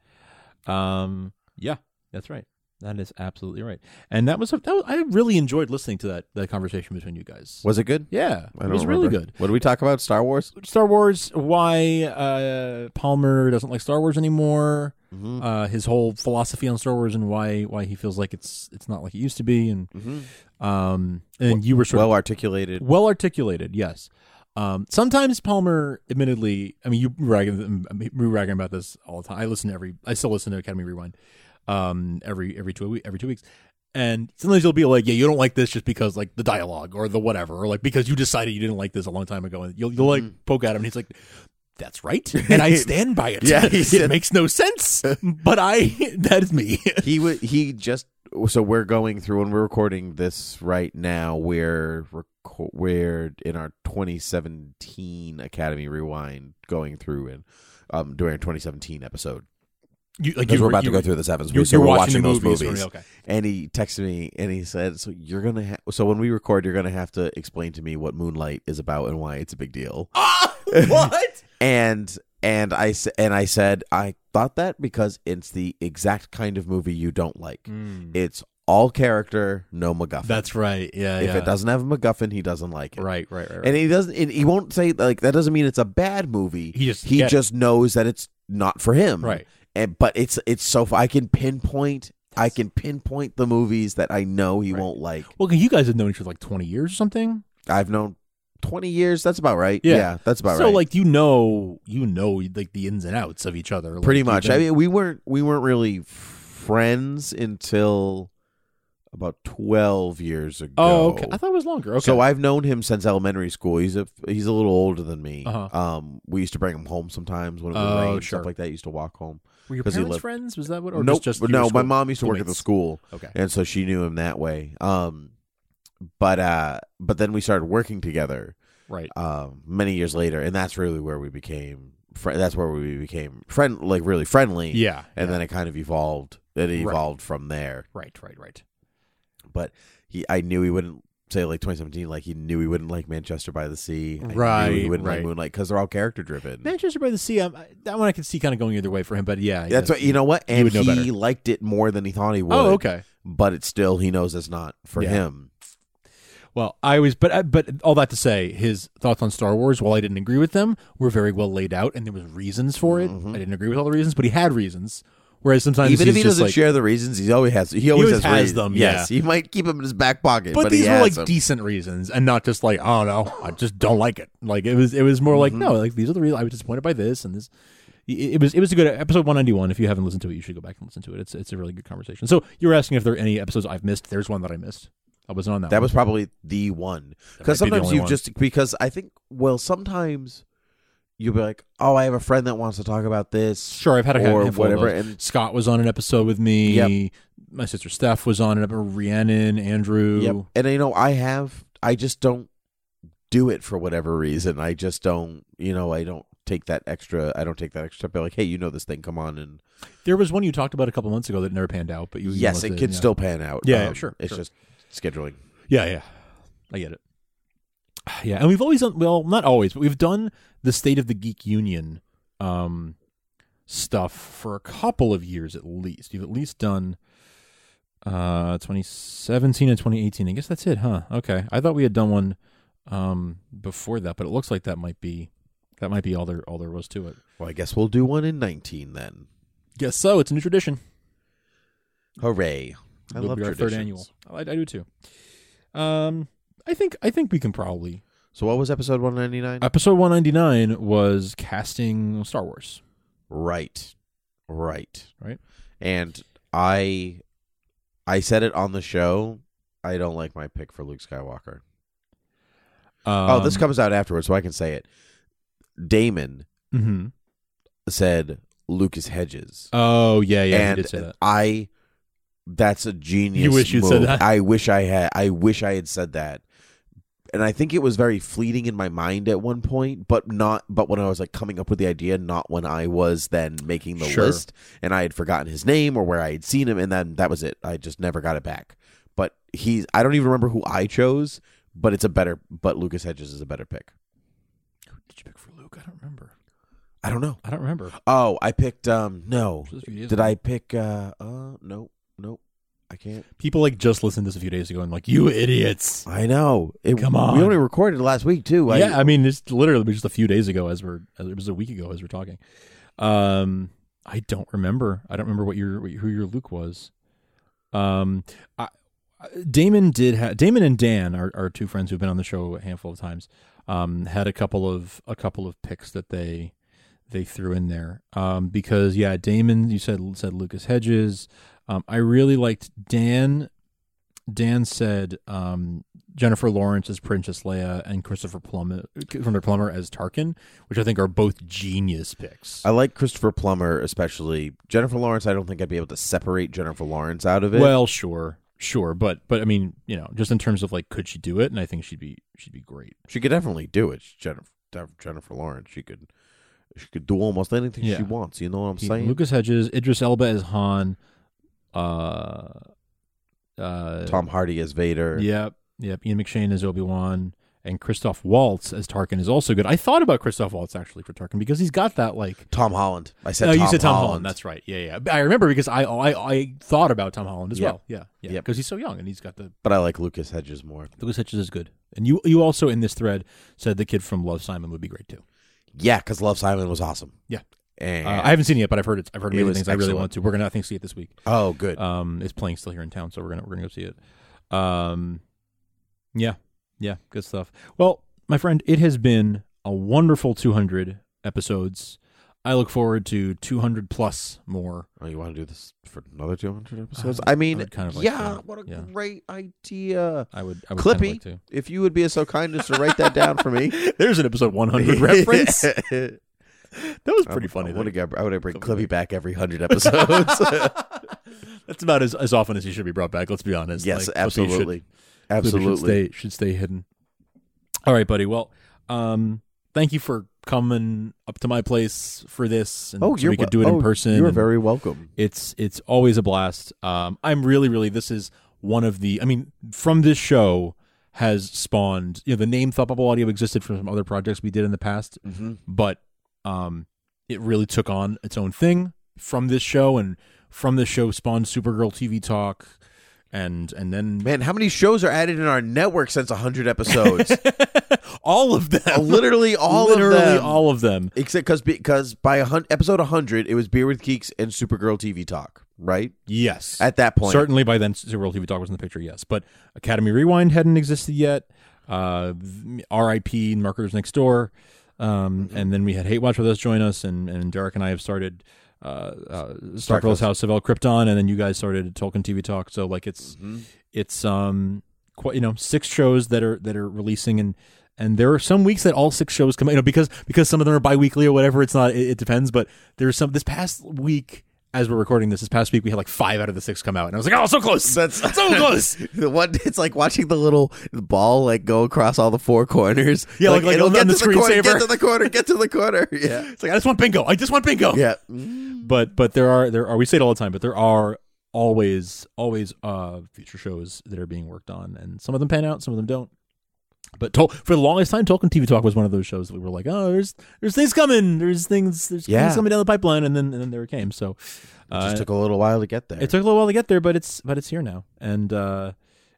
C: Um, yeah, that's right. That is absolutely right. And that was, a, that was I really enjoyed listening to that that conversation between you guys.
B: Was it good?
C: Yeah,
B: I
C: it
B: don't
C: was really
B: remember.
C: good.
B: What did we talk about? Star Wars.
C: Star Wars, why uh, Palmer doesn't like Star Wars anymore,
B: Mm-hmm.
C: uh, his whole philosophy on Star Wars, and why why he feels like it's it's not like it used to be, and
B: Mm-hmm.
C: um, and you were sort
B: well
C: of
B: articulated.
C: well articulated, yes. Um, sometimes Palmer, admittedly, I mean, you ragging, we ragging about this all the time. I listen to every, I still listen to Academy Rewind, um, every every two every two weeks, and sometimes you'll be like, yeah, you don't like this just because like the dialogue or the whatever, or like because you decided you didn't like this a long time ago, and you'll you'll like
B: Mm-hmm.
C: poke at him, and he's like. That's right, and
B: (laughs)
C: I stand by it.
B: Yeah, he
C: (laughs) it
B: said-
C: makes
B: (laughs)
C: no sense, but I—that is me.
B: he would. He just. So we're going through when we're recording this right now. We're reco- we're in our 2017 Academy Rewind, going through and um doing our 2017 episode.
C: You- like,
B: because
C: you
B: we're
C: were-
B: about
C: you
B: to go
C: were-
B: through the sevens.
C: you-
B: so
C: you're
B: we're watching,
C: watching the
B: those
C: movies.
B: movies.
C: Okay.
B: And he texted me and he said, "So you're gonna ha- so when we record, you're gonna have to explain to me what Moonlight is about and why it's a big
C: (laughs)
B: deal."
C: Ah, what?
B: (laughs) and and I s- and I said I thought that because it's the exact kind of movie you don't like. It's all character, no MacGuffin.
C: That's right. Yeah.
B: if
C: yeah.
B: it doesn't have a MacGuffin, he doesn't like it.
C: Right. Right. Right. right.
B: And he doesn't. And he won't say like that. Doesn't mean it's a bad movie.
C: He just-
B: he
C: yeah.
B: just knows that it's not for him.
C: Right.
B: And but it's it's so I can pinpoint. I can pinpoint the movies that I know he won't like.
C: Well, 'cause you guys have known each other like twenty years or something.
B: I've known twenty years. That's about right.
C: Yeah.
B: that's about
C: so
B: right.
C: like you know, you know, like the ins and outs of each other. Like,
B: pretty
C: you've
B: much.
C: been-
B: I mean, we weren't we weren't really friends until about twelve years ago.
C: oh, okay. I thought it was longer. Okay.
B: So I've known him since elementary school. He's a he's a little older than me.
C: Uh-huh.
B: Um, we used to bring him home sometimes when it would
C: Oh,
B: rain,
C: sure.
B: stuff like that. He used to walk home.
C: were your
B: 'cause he
C: parents
B: lived-
C: friends? Was that what? Or
B: nope,
C: just, just
B: but
C: you were
B: no. My
C: school-
B: mom used to work at the
C: schoolmates?
B: school,
C: Okay.
B: and so she knew him that way. Um, but uh, but then we started working together
C: Right.
B: um, many years later, and that's really where we became. Fr- that's where we became friend, like really friendly.
C: Yeah.
B: and
C: yeah.
B: then it kind of evolved. It evolved from there.
C: right. Right. Right.
B: But he, I knew he wouldn't say like 2017. Like he knew he wouldn't like Manchester by the Sea. I knew
C: Right,
B: he wouldn't
C: right.
B: like Moonlight because they're all character driven.
C: Manchester by the Sea. Um, I- that one I could see kind of going either way for him, but yeah. I
B: That's
C: guess
B: what you know. What
C: you
B: and
C: would know
B: he
C: better.
B: liked it more than he thought he would.
C: Oh, okay.
B: But it's still he knows it's not for
C: Yeah.
B: him.
C: Well, I was, but I- but all that to say, his thoughts on Star Wars, while I didn't agree with them, were very well laid out, and there was reasons for it. I didn't agree with all the reasons, but he had reasons. Whereas sometimes
B: Mm-hmm. Even if he
C: he's just
B: doesn't
C: like,
B: share the reasons, he always has. He always,
C: always has
B: reasons.
C: them,
B: Yes,
C: yeah.
B: he might keep them in his back pocket, but,
C: but, these
B: he
C: were
B: has
C: like
B: them.
C: decent reasons and not just like oh no i just don't like it like it was it was more
B: Mm-hmm.
C: like no like these are the reasons i was disappointed by this and this it, it was it was a good episode 191 if you haven't listened to it you should go back and listen to it it's it's a really good conversation so you were asking if there are any episodes i've missed there's one that i missed i wasn't on that
B: That
C: one.
B: was probably the one.
C: um, That
B: Because
C: might be the
B: sometimes
C: only
B: you
C: one.
B: just because I think well sometimes you'll be like, oh, I have a friend that wants to talk about this.
C: sure i've had a hand-
B: or
C: handful of
B: whatever,
C: those.
B: and-
C: scott was on an episode with me
B: Yep.
C: my sister steph was on an episode rhiannon andrew
B: Yep. And you know, I have. I just don't do it for whatever reason. I just don't. You know, I don't take that extra. I don't take that extra step. Be like, hey, you know this thing. Come on and
C: there was one you talked about a couple months ago that never panned out but you
B: yes,
C: emailed
B: it can
C: yeah.
B: still pan out. Um,
C: Yeah, yeah, sure,
B: It's
C: sure.
B: just scheduling.
C: Yeah, yeah. I get it. (sighs) Yeah, and we've always done well, not always, but we've done the State of the Geek Union um stuff for a couple of years at least. We've at least done uh 2017 and 2018. I guess that's it, huh? Okay. I thought we had done one um before that, but it looks like that might be that might be all there all there was to it.
B: Well, I guess we'll do one in nineteen then.
C: Guess so. It's a new tradition.
B: Hooray! I
C: It'll
B: love
C: be our third
B: traditions.
C: annual. I, I do too. Um I think I think we can probably
B: So what was episode one ninety nine?
C: Episode 199 was casting Star Wars.
B: Right. Right.
C: Right.
B: And I I said it on the show. I don't like my pick for Luke Skywalker. oh,
C: Um,
B: this comes out afterwards, so I can say it. Damon
C: hmm
B: said Lucas Hedges.
C: Oh, yeah, yeah. he
B: and
C: did say that.
B: I That's a genius.
C: You wish you'd
B: move.
C: said that.
B: I wish I had. I wish I had said that. And I think it was very fleeting in my mind at one point, but not. But when I was like coming up with the idea, not when I was then making the
C: Sure.
B: list, and I had forgotten his name or where I had seen him, and then that was it. I just never got it back. But he's. I don't even remember who I chose, but it's a better. But Lucas Hedges is a better pick. I don't know.
C: I don't remember.
B: Oh, I picked. Um, no.
C: Just a few days
B: Did
C: ago.
B: I pick? Uh, uh, no, no. I can't.
C: People like just listened to this a few days ago and like, you idiots.
B: I know. It,
C: Come on.
B: We only recorded last week too. I,
C: yeah, I mean, it's literally just a few days ago as we're as it was a week ago as we're talking. Um, I don't remember. I don't remember what your what your- who your Luke was. Um, I, Damon did. Ha- Damon and Dan are, are two friends who've been on the show a handful of times. Um, had a couple of a couple of picks that they they threw in there. Um, because yeah, Damon, you said said Lucas Hedges. Um, I really liked Dan. Dan said um, Jennifer Lawrence as Princess Leia and Christopher Plummer, Christopher Plummer as Tarkin, which I think are both genius picks.
B: I like Christopher Plummer especially. Jennifer Lawrence. I don't think I'd be able to separate Jennifer Lawrence out of it.
C: Well, sure, sure, but but I mean, you know, just in terms of like, could she do it? And I think she'd be she'd be great.
B: she could definitely do it. She's Jennifer, Jennifer Lawrence. She could. She could do almost anything
C: Yeah.
B: she wants. You know what I'm
C: He-
B: saying?
C: Lucas Hedges, Idris Elba as Han, uh, uh,
B: Tom Hardy as Vader.
C: Yep, yep. Ian McShane as Obi Wan, and Christoph Waltz as Tarkin is also good. I thought about Christoph Waltz actually for Tarkin because he's got that like
B: Tom Holland. I said.
C: no,
B: Tom
C: you said Tom Holland.
B: Holland.
C: That's right. Yeah, yeah. But I remember because I I, I thought about Tom Holland as
B: Yeah.
C: well. Yeah, yeah.
B: Yep.
C: Because he's so young and he's got the
B: But I like Lucas Hedges more.
C: Lucas Hedges is good. And you you also in this thread said the kid from Love Simon would be great too.
B: Yeah, because Love Simon was awesome.
C: Yeah.
B: And
C: Uh, I haven't seen it yet, but I've heard it's I've heard
B: It
C: many
B: was
C: things. I really
B: excellent.
C: want to. We're gonna I think see it this week.
B: Oh, good.
C: Um, it's playing still here in town, so we're gonna we're gonna go see it. Um, yeah, yeah, good stuff. Well, my friend, it has been a wonderful 200 episodes. I look forward to 200 plus more.
B: Oh, you want to do this for another 200 episodes?
C: would-
B: I mean,
C: Uh, I would kind of like
B: yeah,
C: that.
B: what a
C: Yeah.
B: great idea.
C: I would, I would kind of
B: Clippy,
C: like to.
B: if you would be so kind as to write that down for
C: (laughs)
B: me.
C: There's an episode 100 reference.
B: (laughs)
C: That
B: that
C: was pretty funny.
B: I would
C: though.
B: have I would bring Clippy back every
C: (laughs)
B: 100 episodes.
C: That's about as, as often as he should be brought back. Let's be honest.
B: (laughs) yes,
C: Like, Clippy should-
B: absolutely.
C: Clippy should
B: absolutely.
C: stay- should stay hidden. All right, buddy. Well, um, thank you for coming up to my place for this. And
B: Oh,
C: so
B: you're
C: we could
B: wel-
C: do it
B: oh,
C: in person.
B: You're
C: and
B: very welcome.
C: It's it's always a blast. Um, I'm really really this is one of the. I mean, from this show has spawned. You know, the name Thought Bubble Audio existed from some other projects we did in the past,
B: Mm-hmm.
C: but um, it really took on its own thing from this show, and from this show spawned Supergirl TV Talk, and and then
B: Man, how many shows are added in our network since 100
C: (laughs)
B: episodes? Uh,
C: all of them.
B: Literally all
C: Literally
B: of them.
C: all of them.
B: Except because because by a hun- episode 100, it was Beer with Geeks and Supergirl TV Talk, right?
C: Yes.
B: At that point.
C: Certainly by then, World TV Talk was in the picture, yes. But Academy Rewind hadn't existed yet. Uh, th- RIP, Marketers Next Door. Um,
B: Mm-hmm.
C: And then we had Hate Watch with us join us, and, and Derek and I have started uh, uh, Starkville's House of El Krypton, and then you guys started Tolkien TV Talk. So, like, it's.
B: Mm-hmm.
C: It's um quite you know six shows that are that are releasing and and there are some weeks that all six shows come you know because because some of them are bi-weekly or whatever it's not it, it depends but there's some this past week as we're recording this this past week we had like five out of the six come out and I was like oh so close
B: That's (laughs)
C: so close
B: (laughs) The one, it's like watching the little ball like go across all the four corners.
C: Yeah, like- like
B: it'll
C: on
B: get
C: the
B: to the corner,
C: screensaver.
B: get to the corner, get to the corner. (laughs) Yeah,
C: it's like I just want bingo I just want bingo
B: yeah. Mm.
C: but but there are there are we say it all the time but there are always always uh future shows that are being worked on and some of them pan out some of them don't but Tol- for the longest time Tolkien TV Talk was one of those shows that we were like oh there's there's things coming there's things there's
B: Yeah.
C: things coming down the pipeline and then and then there it came so uh,
B: Just took a little while to get there.
C: it took a little while to get there but it's but it's here now and uh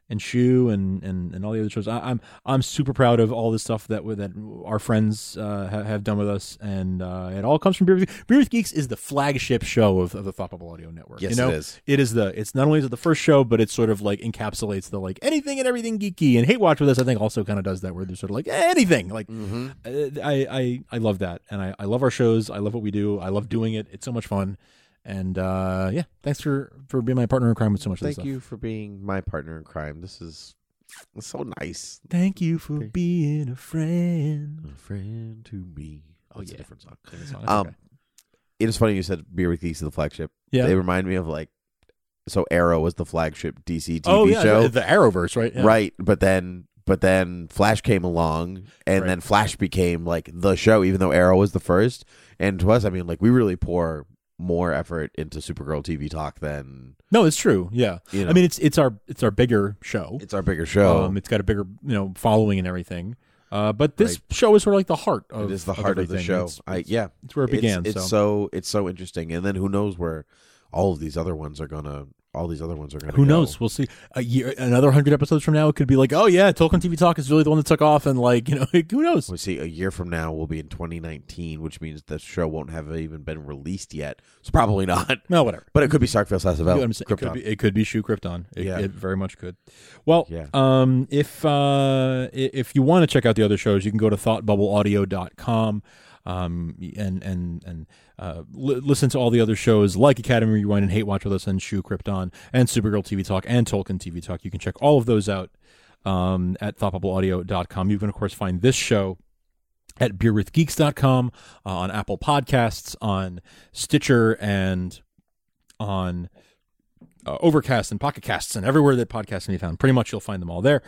C: and Shu and, and, and all the other shows. I, I'm I'm super proud of all the stuff that we- that our friends uh, have, have done with us, and uh, it all comes from Beer with, Beer with Geeks is the flagship show of, of the Thought Bubble Audio Network.
B: Yes,
C: you know?
B: it is.
C: It is the it's not only is it the first show, but it sort of like encapsulates the like anything and everything geeky. And Hate Watch with us, I think, also kind of does that where they're sort of like eh, anything. Like
B: Mm-hmm.
C: uh, I, I I love that, and I, I love our shows. I love what we do. I love doing it. It's so much fun. And uh, yeah, thanks for for being my partner in crime with so much of this
B: Thank
C: stuff.
B: you for being my partner in crime. This is so nice.
C: Thank you for being a friend.
B: A friend to me. Oh, That's a
C: yeah.
B: different song.
C: That's
B: Um, It is funny you said Beer with Geeks is the flagship.
C: Yeah.
B: They remind me of like so Arrow was the flagship DC TV
C: Oh, yeah,
B: show,
C: the- the Arrowverse, right? Yeah.
B: Right, but then but then Flash came along, and then Flash became like the show, even though Arrow was the first. And to us, I mean, like we really pour more effort into Supergirl TV talk than
C: No, it's true. Yeah,
B: You know.
C: I mean it's it's our it's our bigger show.
B: It's our bigger show.
C: Um, it's got a bigger you know following and everything. Uh, but this show is sort of like the heart. of
B: it is the heart of the
C: everything.
B: show.
C: It's,
B: I,
C: it's-
B: yeah,
C: it's where it began.
B: It's,
C: so.
B: so. it's so interesting, and then who knows where all of these other ones are gonna all these other ones are gonna
C: Who
B: go.
C: knows? We'll see. A year, another hundred episodes from now, it could be like, oh yeah, Tolkien TV Talk is really the one that took off, and like you know, (laughs) who knows?
B: We see a year from now we'll be in 2019, which means the show won't have even been released yet. So probably not.
C: No, whatever.
B: But it could be Starkville Sasavell.
C: You know what I'm saying? It could be it could be Shoe Krypton. It,
B: Yeah.
C: it very much could. Well,
B: Yeah.
C: um, if uh, i- if you want to check out the other shows, you can go to thoughtbubbleaudio.com. Um, and and and uh, li- listen to all the other shows like Academy Rewind and Hate Watch with us and Shoe Krypton and Supergirl TV Talk and Tolkien TV Talk. You can check all of those out um, at thoughtbubbleaudio.com. You can of course find this show at beerwithgeeks.com uh, on Apple Podcasts, on Stitcher, and on uh, Overcast and Pocket Casts and everywhere that podcasts can be found. Pretty much you'll find them all there.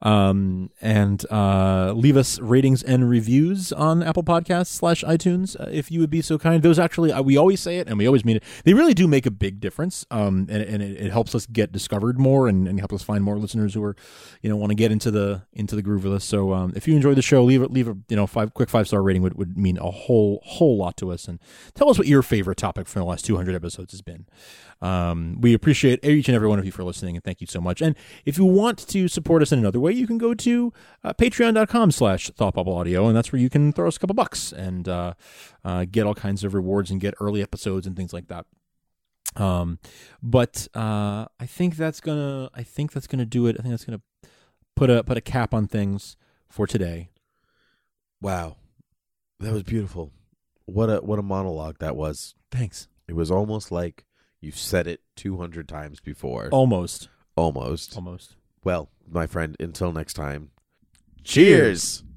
C: Um, and uh, leave us ratings and reviews on Apple Podcasts slash iTunes uh, if you would be so kind. Those actually, uh, we always say it and we always mean it. They really do make a big difference. Um, and, and it, it helps us get discovered more and, and help us find more listeners who are, you know, want to get into the into the groove with us. So um, if you enjoy the show, leave a, leave a you know five quick five star rating would, would mean a whole whole lot to us. And tell us what your favorite topic from the last 200 episodes has been. Um, we appreciate each and every one of you for listening, and thank you so much. And if you want to support us in another way, you can go to uh, patreon.com slash thoughtbubbleaudio, and that's where you can throw us a couple bucks and uh, uh, get all kinds of rewards and get early episodes and things like that. Um, but uh, I think that's gonna I think that's gonna do it. I think that's gonna put a put a cap on things for today.
B: Wow, that was beautiful. What a what a monologue that was.
C: Thanks.
B: It was almost like you've said it 200 times before.
C: Oh. Almost.
B: Almost.
C: Almost.
B: Well, my friend, until next time.
C: Cheers.
B: cheers.